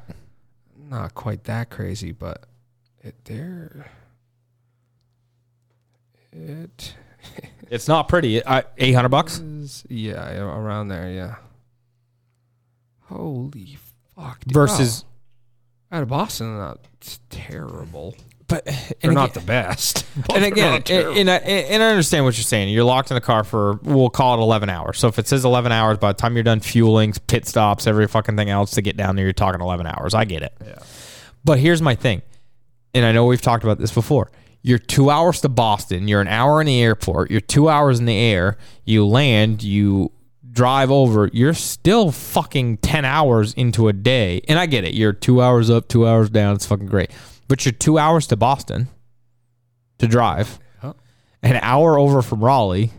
S5: Not quite that crazy, but it there. It
S7: It's not pretty. Eight hundred bucks.
S5: is yeah a- around there yeah. Holy fuck! dude.
S7: versus
S5: Oh, out of Boston, that's terrible.
S4: but
S5: They're
S4: and
S5: not the
S4: again-
S5: best.
S7: Oh.
S4: and again, and, and I, and I understand what you're saying. You're locked in the car for we'll call it 11 hours. So if it says 11 hours, by the time you're done fueling, pit stops, every fucking thing else to get down there, you're talking 11 hours. I get it. Yeah. But here's my thing, and I know we've talked about this before. You're two hours to Boston. You're an hour in the airport. You're two hours in the air. You land. You drive over. You're still fucking ten hours into a day. And I get it. You're two hours up, two hours down. It's fucking great. But you're two hours to Boston to drive. An hour over from Raleigh,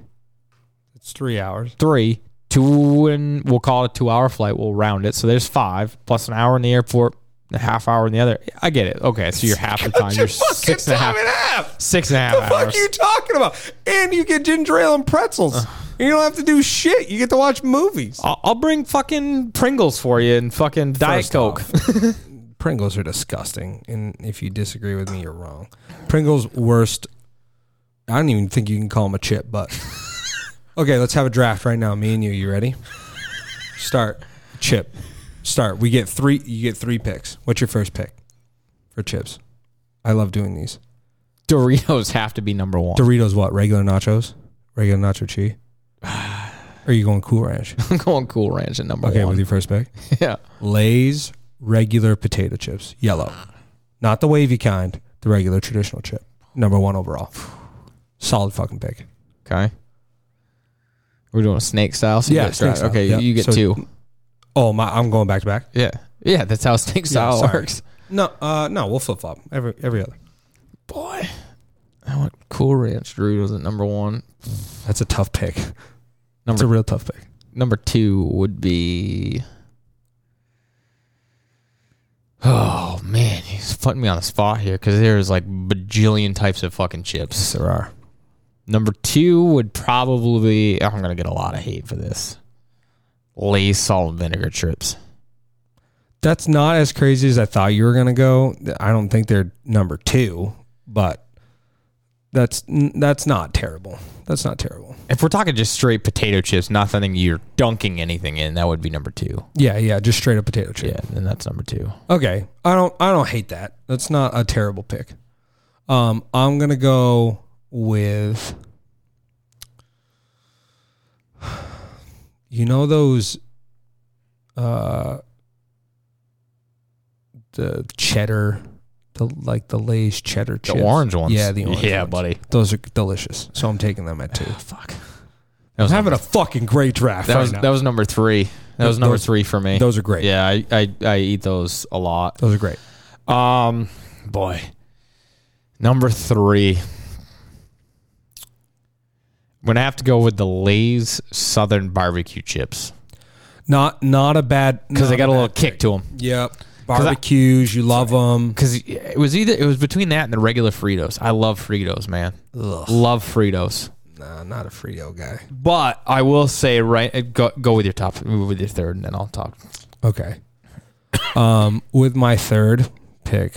S5: It's three hours.
S4: three, two, and we'll call it a two hour flight. We'll round it. So there's five, plus an hour in the airport, a half hour in the other. I get it. Okay. So you're half the time. You're six and a half,
S5: Time and a half.
S4: six and a half
S5: The fuck
S4: hours.
S5: are you talking about? And you get ginger ale and pretzels. and you don't have to do shit. You get to watch movies.
S4: I'll, I'll bring fucking Pringles for you and fucking Diet
S5: First
S4: Coke.
S5: off, Pringles are disgusting, and if you disagree with me, you're wrong. Pringles worst. I don't even think you can call them a chip, but okay, let's have a draft right now. Me and you. You ready? Start. Chip. Start. We get three. You get three picks. What's your first pick for chips? I love doing these.
S4: Doritos have to be number one.
S5: Doritos. What? Regular nachos. Regular nacho cheese. Or Are you going Cool Ranch?
S4: I'm going Cool Ranch at number
S5: Okay,
S4: one.
S5: with your first pick.
S4: Yeah.
S5: Lay's regular potato chips, yellow, not the wavy kind, the regular traditional chip. Number one overall. Solid fucking pick.
S4: Okay. We're doing a snake style. So you
S5: Yeah,
S4: get-
S5: snake style.
S4: Okay.
S5: Yep.
S4: You get
S5: So-
S4: two.
S5: Oh my! I'm going back to back.
S4: Yeah. Yeah. That's how snake style
S5: sorry.
S4: works.
S5: No, uh, no, we'll flip flop every every other.
S4: Boy, I want Cool Ranch Doritos at number one.
S5: That's a tough pick. That's a
S4: Number
S5: real tough pick.
S4: number two would be. Oh man, he's putting me on the spot here because there's like bajillion types of fucking chips.
S5: There are.
S4: Number two would probably I'm gonna get a lot of hate for this. Lay's salt and vinegar chips.
S5: That's not as crazy as I thought you were gonna go. I don't think they're number two, but that's that's not terrible. That's not terrible.
S4: If we're talking just straight potato chips, not something you're dunking anything in, that would be number two.
S5: Yeah, yeah, just straight up potato chip.
S4: Yeah, then that's number two.
S5: Okay. I don't I don't hate that. That's not a terrible pick. Um I'm going to go with You know those uh the cheddar the like the Lay's cheddar
S4: The
S5: chips.
S4: orange ones.
S5: Yeah, the orange.
S4: Yeah,
S5: ones.
S4: buddy.
S5: Those are delicious. So I'm taking them at 2.
S4: Ah, Fuck.
S5: I'm having a fucking great draft
S4: That
S5: right
S4: was
S5: now.
S4: that was number three. That was number
S5: Those-
S4: three for me.
S5: those are great.
S4: Yeah, I, I I eat those a lot.
S5: those are great.
S4: Um, boy, number three. I'm gonna have to go with the Lay's Southern Barbecue chips Oh,
S5: Not not a bad
S4: because they
S5: not
S4: got a little
S5: bad-
S4: kick to them.
S5: Yep. Barbecues, you love them.
S4: Because it was either it was between that and the regular Fritos. I love Fritos, man. Love Fritos.
S5: Nah, not a Frio guy.
S4: But I will say, right, uh, go, go with your top, with your third, and then I'll talk.
S5: Okay. Um, with my third pick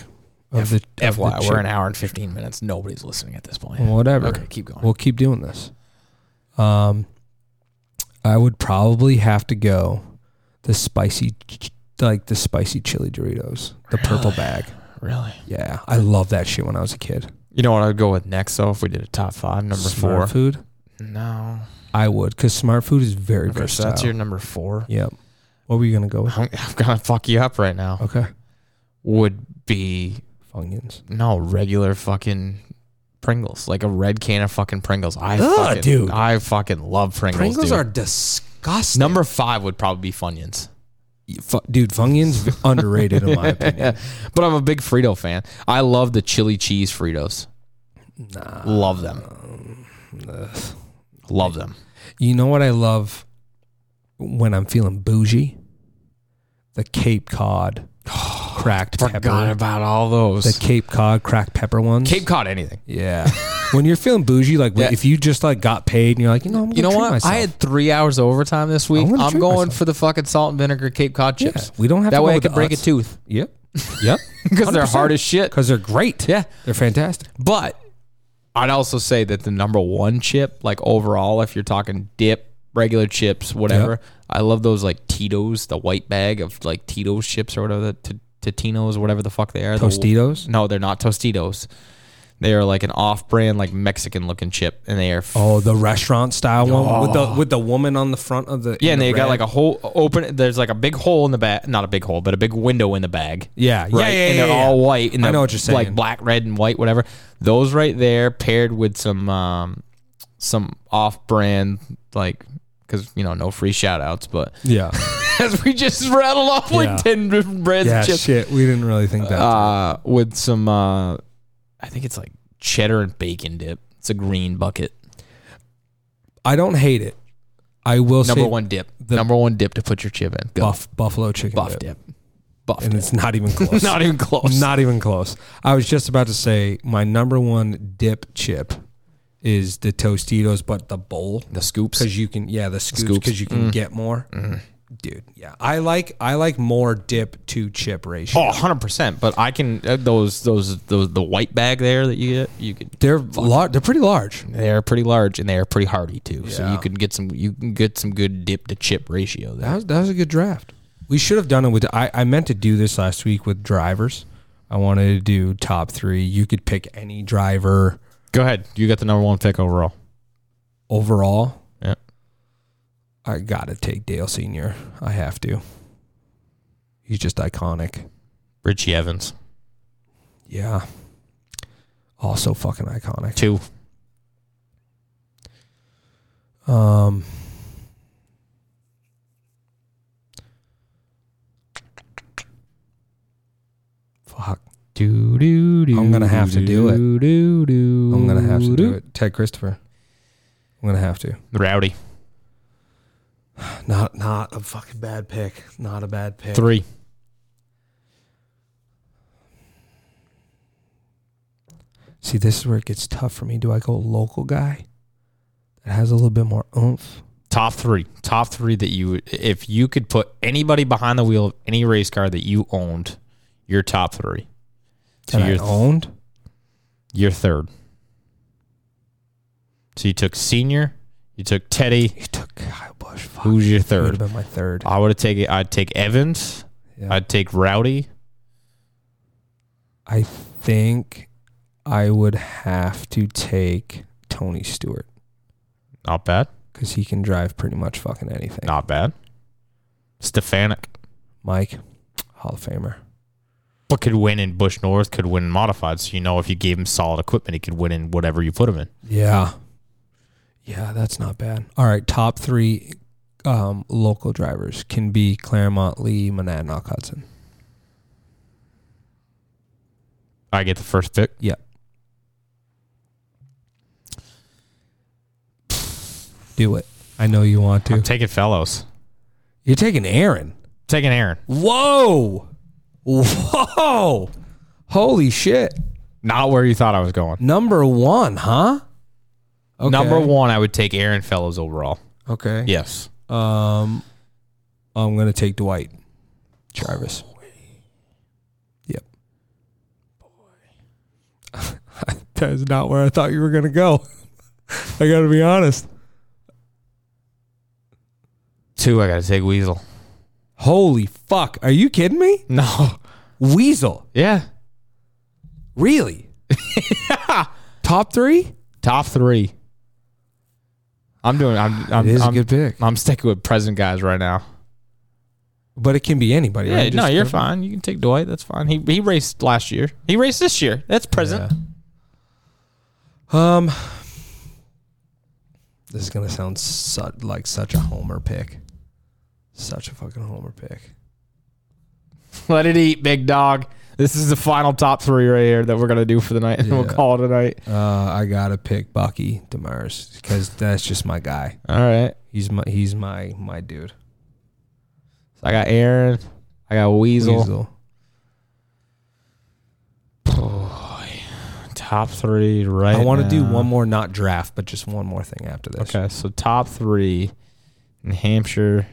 S5: of the of the
S4: FYI, we're
S5: chip-
S4: an hour and 15 minutes. Nobody's listening at this point.
S5: whatever.
S4: Okay, keep going.
S5: We'll keep doing this. Um, I would probably have to go the spicy, ch- like the spicy chili Doritos, the purple bag.
S4: really?
S5: Yeah, I loved that shit when I was a kid.
S4: You know what I'd go with next, though, if we did a top five? Number
S5: Smart
S4: four.
S5: food,
S4: No.
S5: I would, because smart food is very
S4: Okay, so
S5: versatile.
S4: that's your number four.
S5: Yep. What were you gonna go with?
S4: I'm, I'm going to fuck you up right now.
S5: Okay,
S4: Would be,
S5: Funyuns.
S4: no, regular fucking Pringles, like a red can of fucking Pringles. I
S5: Ugh,
S4: fucking,
S5: dude.
S4: I fucking love Pringles.
S5: Pringles
S4: dude.
S5: are disgusting.
S4: Number five would probably be Funyuns.
S5: Fu- dude, Funyuns underrated in my opinion.
S4: But I'm a big Frito fan. I love the chili cheese Fritos. love them.
S5: Um,
S4: Love them.
S5: You know what I love when I'm feeling bougie? The Cape Cod cracked
S4: Forgot
S5: pepper.
S4: about all those.
S5: The Cape Cod cracked pepper ones.
S4: Cape Cod anything.
S5: yeah. when you're feeling bougie, like
S4: Yeah.
S5: if you just like got paid and you're like, you know, I'm gonna
S4: You know
S5: treat
S4: what?
S5: Myself.
S4: I had three hours of overtime this week.
S5: I'm
S4: I'm,
S5: gonna treat
S4: going
S5: myself.
S4: for the fucking salt and vinegar Cape Cod
S5: Yeah,
S4: chips.
S5: we don't have
S4: that
S5: to go
S4: way. I
S5: with
S4: could
S5: the
S4: break a
S5: Utz.
S4: tooth
S5: Yep. Yep.
S4: because they're hard as shit.
S5: Because they're great.
S4: Yeah.
S5: They're fantastic.
S4: But I'd also say that the number one chip, like overall, if you're talking dip, regular chips, whatever, I love those like Tito's, the white bag of like Tito's chips or whatever, the t- Totino's, whatever the fuck they are. The-
S5: Tostitos?
S4: no, they're not Tostitos. They are like an off-brand, like Mexican-looking chip, and they are. f-
S5: Oh, the restaurant style one with the with the woman on the front of the
S4: Oh. yeah,
S5: in
S4: and
S5: the
S4: they got
S5: red.
S4: like a whole open. There's like a big hole in the bag, not a big hole, but a big window in the bag.
S5: Yeah,
S4: right?
S5: yeah, yeah,
S4: and
S5: yeah,
S4: they're
S5: yeah.
S4: all white. And
S5: I
S4: they're
S5: know what you're
S4: Like
S5: saying.
S4: black, red, and white, whatever. Those right there, paired with some um, some off-brand, like because you know, no free shout-outs, but
S5: yeah
S4: as we just rattled off
S5: Yeah.
S4: like ten different brands
S5: yeah
S4: of chips.
S5: shit. We didn't really think that.
S4: uh, with some, uh, I think it's like cheddar and bacon dip. It's a green bucket.
S5: I don't hate it. I will
S4: Number
S5: say
S4: one dip.
S5: the-
S4: Number one dip to put your chip in. Go.
S5: buff buffalo chicken
S4: Buff
S5: dip.
S4: dip. Buff
S5: and
S4: dip.
S5: it's not even close.
S4: Not even close.
S5: Not even close. I was just about to say my number one dip chip is the Tostitos, but the bowl
S4: the scoops.
S5: because you can yeah the scoops
S4: Scoops. Mm. Mm-hmm.
S5: because you can get more. Dude, yeah, I like I like more dip to chip ratio.
S4: Oh, 100 percent. But I can uh, those those those the white bag there that you get. You could.
S5: They're lar- they're pretty large.
S4: They are pretty large and they are pretty hearty too. So
S5: Yeah.
S4: you can get some. You can get some good dip to chip ratio there.
S5: That was, that was a good draft. We should have done it with. I, I meant to do this last week with drivers. I wanted to do top three. You could pick any driver
S4: Go ahead. You got the number one pick overall.
S5: overall.
S4: Yeah.
S5: I gotta take Dale Senior. I have to. He's just iconic.
S4: Richie Evans.
S5: Yeah. Also fucking iconic.
S4: Two.
S5: Um. Fuck.
S4: Do, do, do,
S5: I'm gonna have to do it.
S4: do, do, do,
S5: I'm gonna have to do it. Ted Christopher. I'm gonna have to.
S4: Rowdy.
S5: Not not a fucking bad pick. Not a bad pick.
S4: Three.
S5: See, this is where it gets tough for me. Do I go local guy that has a little bit more oomph?
S4: Top three. Top three that you would- if you could put anybody behind the wheel of any race car that you owned, your top three. So
S5: That I
S4: your
S5: owned?
S4: your third. So you took senior, you took Teddy.
S5: You took Kyle Bush. Fuck.
S4: Who's your
S5: He would've
S4: third?
S5: been my third.
S4: I would have taken. I'd take Evans.
S5: Yeah.
S4: I'd take Rowdy.
S5: I think I would have to take Tony Stewart
S4: Not bad.
S5: because he can drive pretty much fucking anything.
S4: Not bad. Stefanik.
S5: Mike, Hall of Famer.
S4: But could win in Bush North, could win in modified. So you know if you gave him solid equipment, he could win in whatever you put him in.
S5: Yeah. Yeah, that's not bad. All right, top three um, local drivers can be Claremont, Lee, Monadnock, Hudson.
S4: I get the first pick.
S5: Yep. Do it. I know you want to.
S4: I'm taking fellows.
S5: You're taking Aaron.
S4: Taking Aaron.
S5: Whoa. Whoa. Holy shit.
S4: Not where you thought I was going.
S5: Number one, huh? Okay.
S4: Number one, I would take Aaron Fellows overall.
S5: Okay.
S4: Yes.
S5: Um, I'm gonna take Dwight Jarvis. Yep. Boy, that is not where I thought you were gonna go. I gotta be honest.
S4: Two, I got to take Weasel.
S5: Holy fuck! Are you kidding me?
S4: No.
S5: Weasel,
S4: Yeah.
S5: really? Top three?
S4: Top three. I'm doing. I'm. I'm
S5: It is a
S4: I'm-
S5: good pick.
S4: I'm sticking with present guys right now.
S5: But it can be anybody.
S4: Yeah,
S5: right?
S4: no,
S5: Just
S4: you're
S5: go-
S4: fine. You can take Dwight. That's fine. He he raced last year. He raced this year. That's present.
S5: Um, this is gonna sound su- like such a homer pick. Such a fucking homer pick.
S4: Let it eat, big dog. This is the final top three right here that we're gonna do for the night, and we'll
S5: Yeah.
S4: call it a night.
S5: Uh, I gotta pick Bucky Demers because that's just my guy.
S4: All right.
S5: He's my he's my my dude.
S4: So I got Aaron. I got Weasel.
S5: Weasel.
S4: Top three right.
S5: I want to do
S4: now.
S5: one more, not draft, but just one more thing after this.
S4: Okay, so top three New Hampshire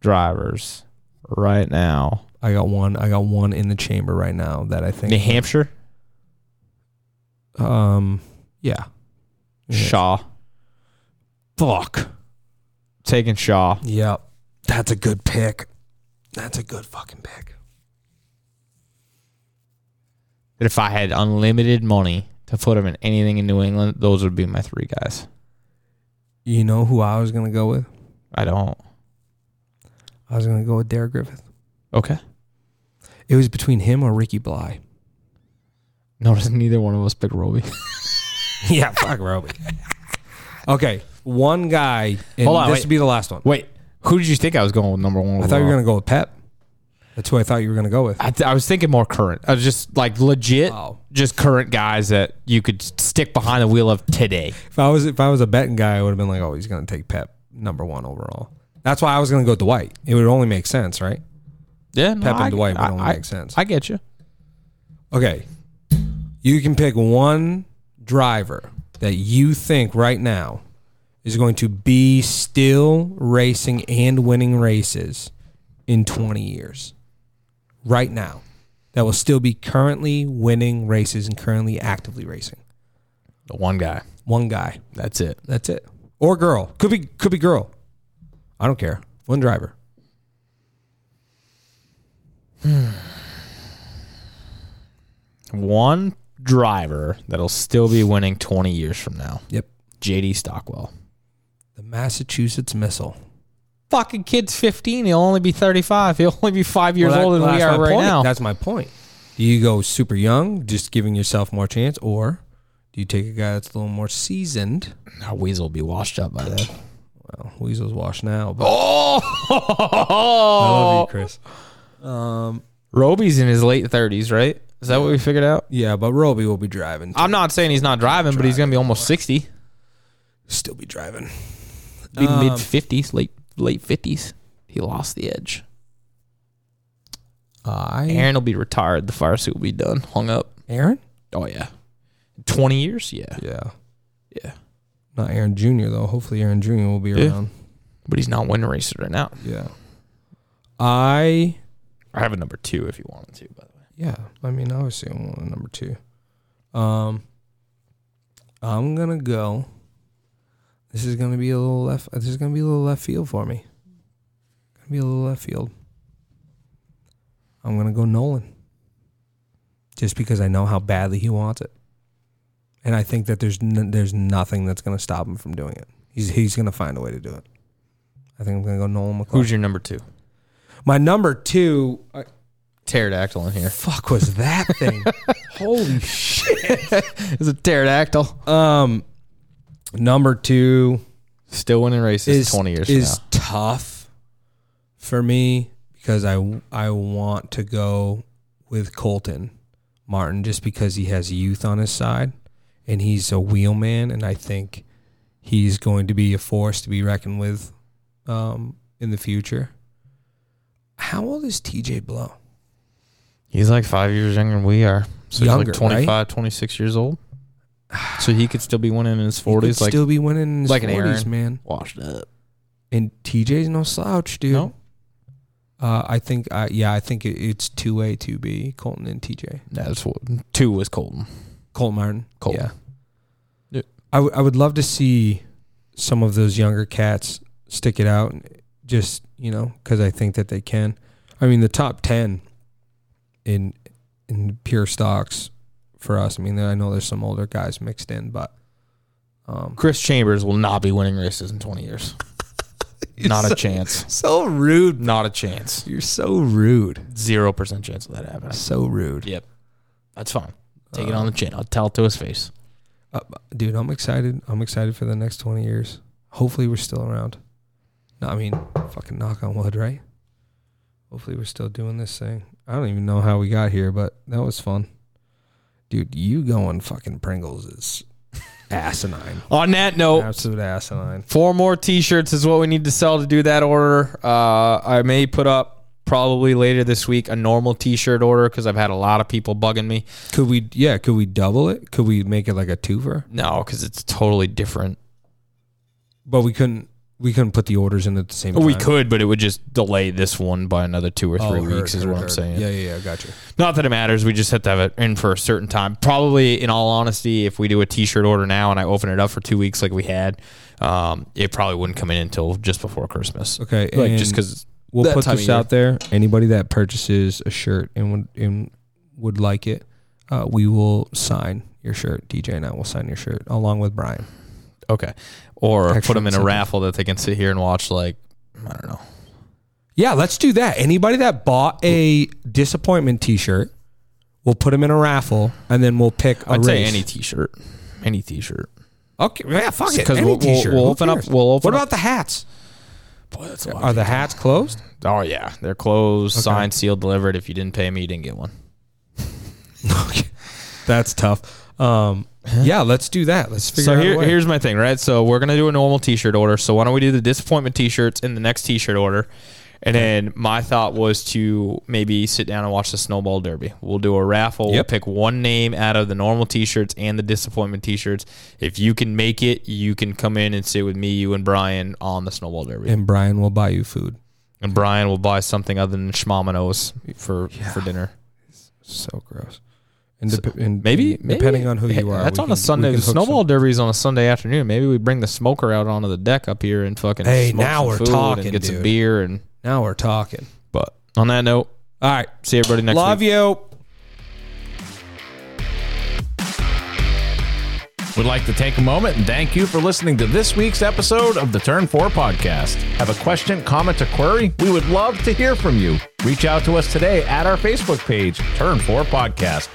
S4: drivers right now.
S5: I got one. I got one in the chamber right now that I think.
S4: New Hampshire,
S5: Um. Yeah.
S4: Shaw.
S5: Fuck.
S4: Taking Shaw.
S5: Yeah. That's a good pick. That's a good fucking pick.
S4: that if I had unlimited money to put them in anything in New England, those would be my three guys.
S5: You know who I was gonna go with?
S4: I don't.
S5: I was gonna go with Derek Griffith.
S4: Okay.
S5: It was between him or Ricky Bly.
S4: Notice neither one of us picked Roby.
S5: yeah, fuck Roby. Okay, one guy. And
S4: Hold on,
S5: this
S4: wait.
S5: would be the last one.
S4: Wait, who did you think I was going with number one?
S5: I thought you were gonna go with Pep. That's who I thought you were gonna go with.
S4: I, th- I was thinking more current. I was just like legit,
S5: Oh.
S4: just current guys that you could stick behind the wheel of today.
S5: If I was if I was a betting guy, I would have been like, oh, he's gonna take Pep number one overall. That's why I was gonna go Dwight. It would only make sense, right?
S4: Yeah, no,
S5: Pep and
S4: I-
S5: Dwight would
S4: I-
S5: only
S4: I-
S5: make sense.
S4: I get you.
S5: Okay, you can pick one driver that you think right now is going to be still racing and winning races in 20 years. Right now, that will still be currently winning races and currently actively racing.
S4: The one guy.
S5: One guy.
S4: That's it.
S5: That's it. Or girl. Could be could be girl. I don't care. One driver.
S4: One driver that'll still be winning 20 years from now.
S5: Yep.
S4: JD Stockwell.
S5: The Massachusetts Missile.
S4: Fucking kid's 15. He'll only be 35. He'll only be five years
S5: Well, that-
S4: older than we
S5: that's
S4: are
S5: my
S4: right
S5: point.
S4: now.
S5: That's my point. Do you go super young, just giving yourself more chance, or do you take a guy that's a little more seasoned?
S4: Our weasel will be washed up by then.
S5: Well, Weasel's washed now, but I
S4: Oh!
S5: love you, Chris.
S4: Roby's in his late 30s, right? Is that what we figured out?
S5: Yeah, but Roby will be driving.
S4: I'm not saying he's not driving, but he's going to be almost 60.
S5: Still be driving.
S4: Be mid 50s, late late 50s. He lost the edge.
S5: I
S4: Aaron will be retired. The fire suit will be done, hung up.
S5: Aaron?
S4: Oh yeah, twenty years. Yeah,
S5: Yeah,
S4: yeah.
S5: not Aaron Junior though. Hopefully, Aaron Junior will be
S4: Yeah.
S5: around.
S4: But he's not winning races right now.
S5: Yeah. I
S4: I have a number two if you wanted to. By the way,
S5: Yeah, I mean, obviously, I'm on number two. Um, I'm gonna go. This is gonna be a little left. This is gonna be a little left field for me. Gonna be a little left field. I'm gonna go Nolan. Just because I know how badly he wants it, and I think that there's n- there's nothing that's gonna stop him from doing it. He's he's gonna find a way to do it. I think I'm gonna go Nolan McLeod.
S4: who's your number two?
S5: My number two. I,
S4: Pterodactyl in here.
S5: fuck was that thing? Holy
S4: Is it pterodactyl?
S5: Um, number two
S4: Still winning races
S5: is
S4: twenty years
S5: is
S4: from
S5: tough for me because I I want to go with Colton Martin just because he has youth on his side and he's a wheelman and I think he's going to be a force to be reckoned with um, in the future. How old is TJ Blow?
S4: now. He's like five years younger than we are. So
S5: Younger,
S4: he's
S5: right?
S4: like 25, 26 years old. So he could still be winning in his forties,
S5: Could
S4: like
S5: still be winning in his
S4: like an
S5: 40s,
S4: Aaron.
S5: man.
S4: washed up.
S5: And TJ's no slouch, dude.
S4: No,
S5: Uh, I think, uh, yeah, I think it, it's two A, two B, Colton and TJ.
S4: that's what two was Colton.
S5: Colton Martin.
S4: Colton.
S5: Yeah.
S4: Yeah.
S5: I, w- I would love to see some of those younger cats stick it out, and just, you know, because I think that they can. I mean, the top 10 in in pure stocks for us, I mean, I know there's some older guys mixed in, but um,
S4: Chris Chambers will not be winning races in twenty years. not a chance.
S5: so rude.
S4: Not a chance.
S5: You're so rude.
S4: Zero percent chance of that happening.
S5: So rude.
S4: Yep. That's fine. Take it on the chin. I'll tell it to his face.
S5: Uh, dude, I'm excited. I'm excited for the next 20 years. Hopefully, we're still around. No, I mean, fucking knock on wood, right? Hopefully, we're still doing this thing. I don't even know how we got here, but that was fun. Dude, you going fucking Pringles is asinine.
S4: On that note,
S5: Absolute asinine.
S4: four more t-shirts is what we need to sell to do that order. Uh, I may put up probably later this week a normal t-shirt order because I've had a lot of people bugging me.
S5: Could we, yeah, could we double it? Could we make it like a twofer?
S4: No, because it's totally different.
S5: But we couldn't. We couldn't put the orders in at the same time.
S4: Oh, We could, but it would just delay this one by another two or
S5: Oh,
S4: three
S5: heard,
S4: weeks, is
S5: heard,
S4: what I'm
S5: heard.
S4: saying.
S5: Yeah, yeah, yeah. Gotcha.
S4: Not that it matters. We just have to have it in for a certain time. Probably, in all honesty, if we do a T-shirt order now and I open it up for two weeks like we had, um, it probably wouldn't come in until just before Christmas.
S5: Okay,
S4: like
S5: and
S4: just because
S5: We'll put this out there. Anybody that purchases a shirt and would and would like it, uh, we will sign your shirt. DJ and I will sign your shirt along with Brian.
S7: Okay. Or put
S5: Actually,
S7: them in a
S5: something.
S7: raffle that they can sit here and watch, like, I don't know.
S5: Yeah, let's do that. Anybody that bought a disappointment T-shirt, we'll put them in a raffle, and then we'll pick. a
S7: I'd say
S5: race.
S7: any t shirt. Any t shirt.
S5: Okay, yeah, fuck it.
S7: 'Cause
S5: Any
S7: we'll- we'll-
S5: T-shirt.
S7: we'll
S5: Who
S7: open up-
S5: cares?
S7: we'll open
S5: What
S7: up-
S5: about the hats?
S7: Boy, that's a lot.
S5: Are the hats closed?
S7: Oh, yeah. They're closed, signed, sealed, delivered. If you didn't pay me, you didn't get one.
S5: That's tough. Um, yeah, let's do that. Let's figure
S7: So
S5: out.
S7: here,
S5: a way.
S7: here's my thing, right? So we're gonna do a normal T-shirt order. So why don't we do the disappointment T-shirts in the next T-shirt order? And then my thought was to maybe sit down and watch the Snowball Derby. We'll do a raffle. We'll
S5: Yep.
S7: pick one name out of the normal T-shirts and the disappointment T-shirts. If you can make it, you can come in and sit with me, you, and Brian on the Snowball Derby.
S5: and Brian will buy you food.
S7: And Brian will buy something other than Schmamino's for for dinner.
S5: So gross. And, dep- and
S7: Maybe,
S5: and depending
S7: maybe-
S5: on who you
S7: Hey,
S5: are,
S7: That's
S5: we can-
S7: on a
S5: we
S7: Sunday.
S5: can
S7: The
S5: hook
S7: snowball
S5: some-
S7: derby is on a Sunday afternoon. Maybe we bring the smoker out onto the deck up here and fucking.
S5: Hey,
S7: smoke
S5: now
S7: some
S5: we're
S7: food and
S5: talking,
S7: Get some
S5: dude.
S7: beer and.
S5: Now we're talking.
S7: But on that note,
S5: All right.
S7: see everybody next week.
S5: Love you.
S2: We'd like to take a moment and thank you for listening to this week's episode of the Turn 4 podcast. Have a question, comment, or query? We would love to hear from you. Reach out to us today at our Facebook page, Turn 4 Podcast.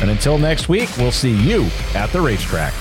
S2: And until next week, we'll see you at the racetrack.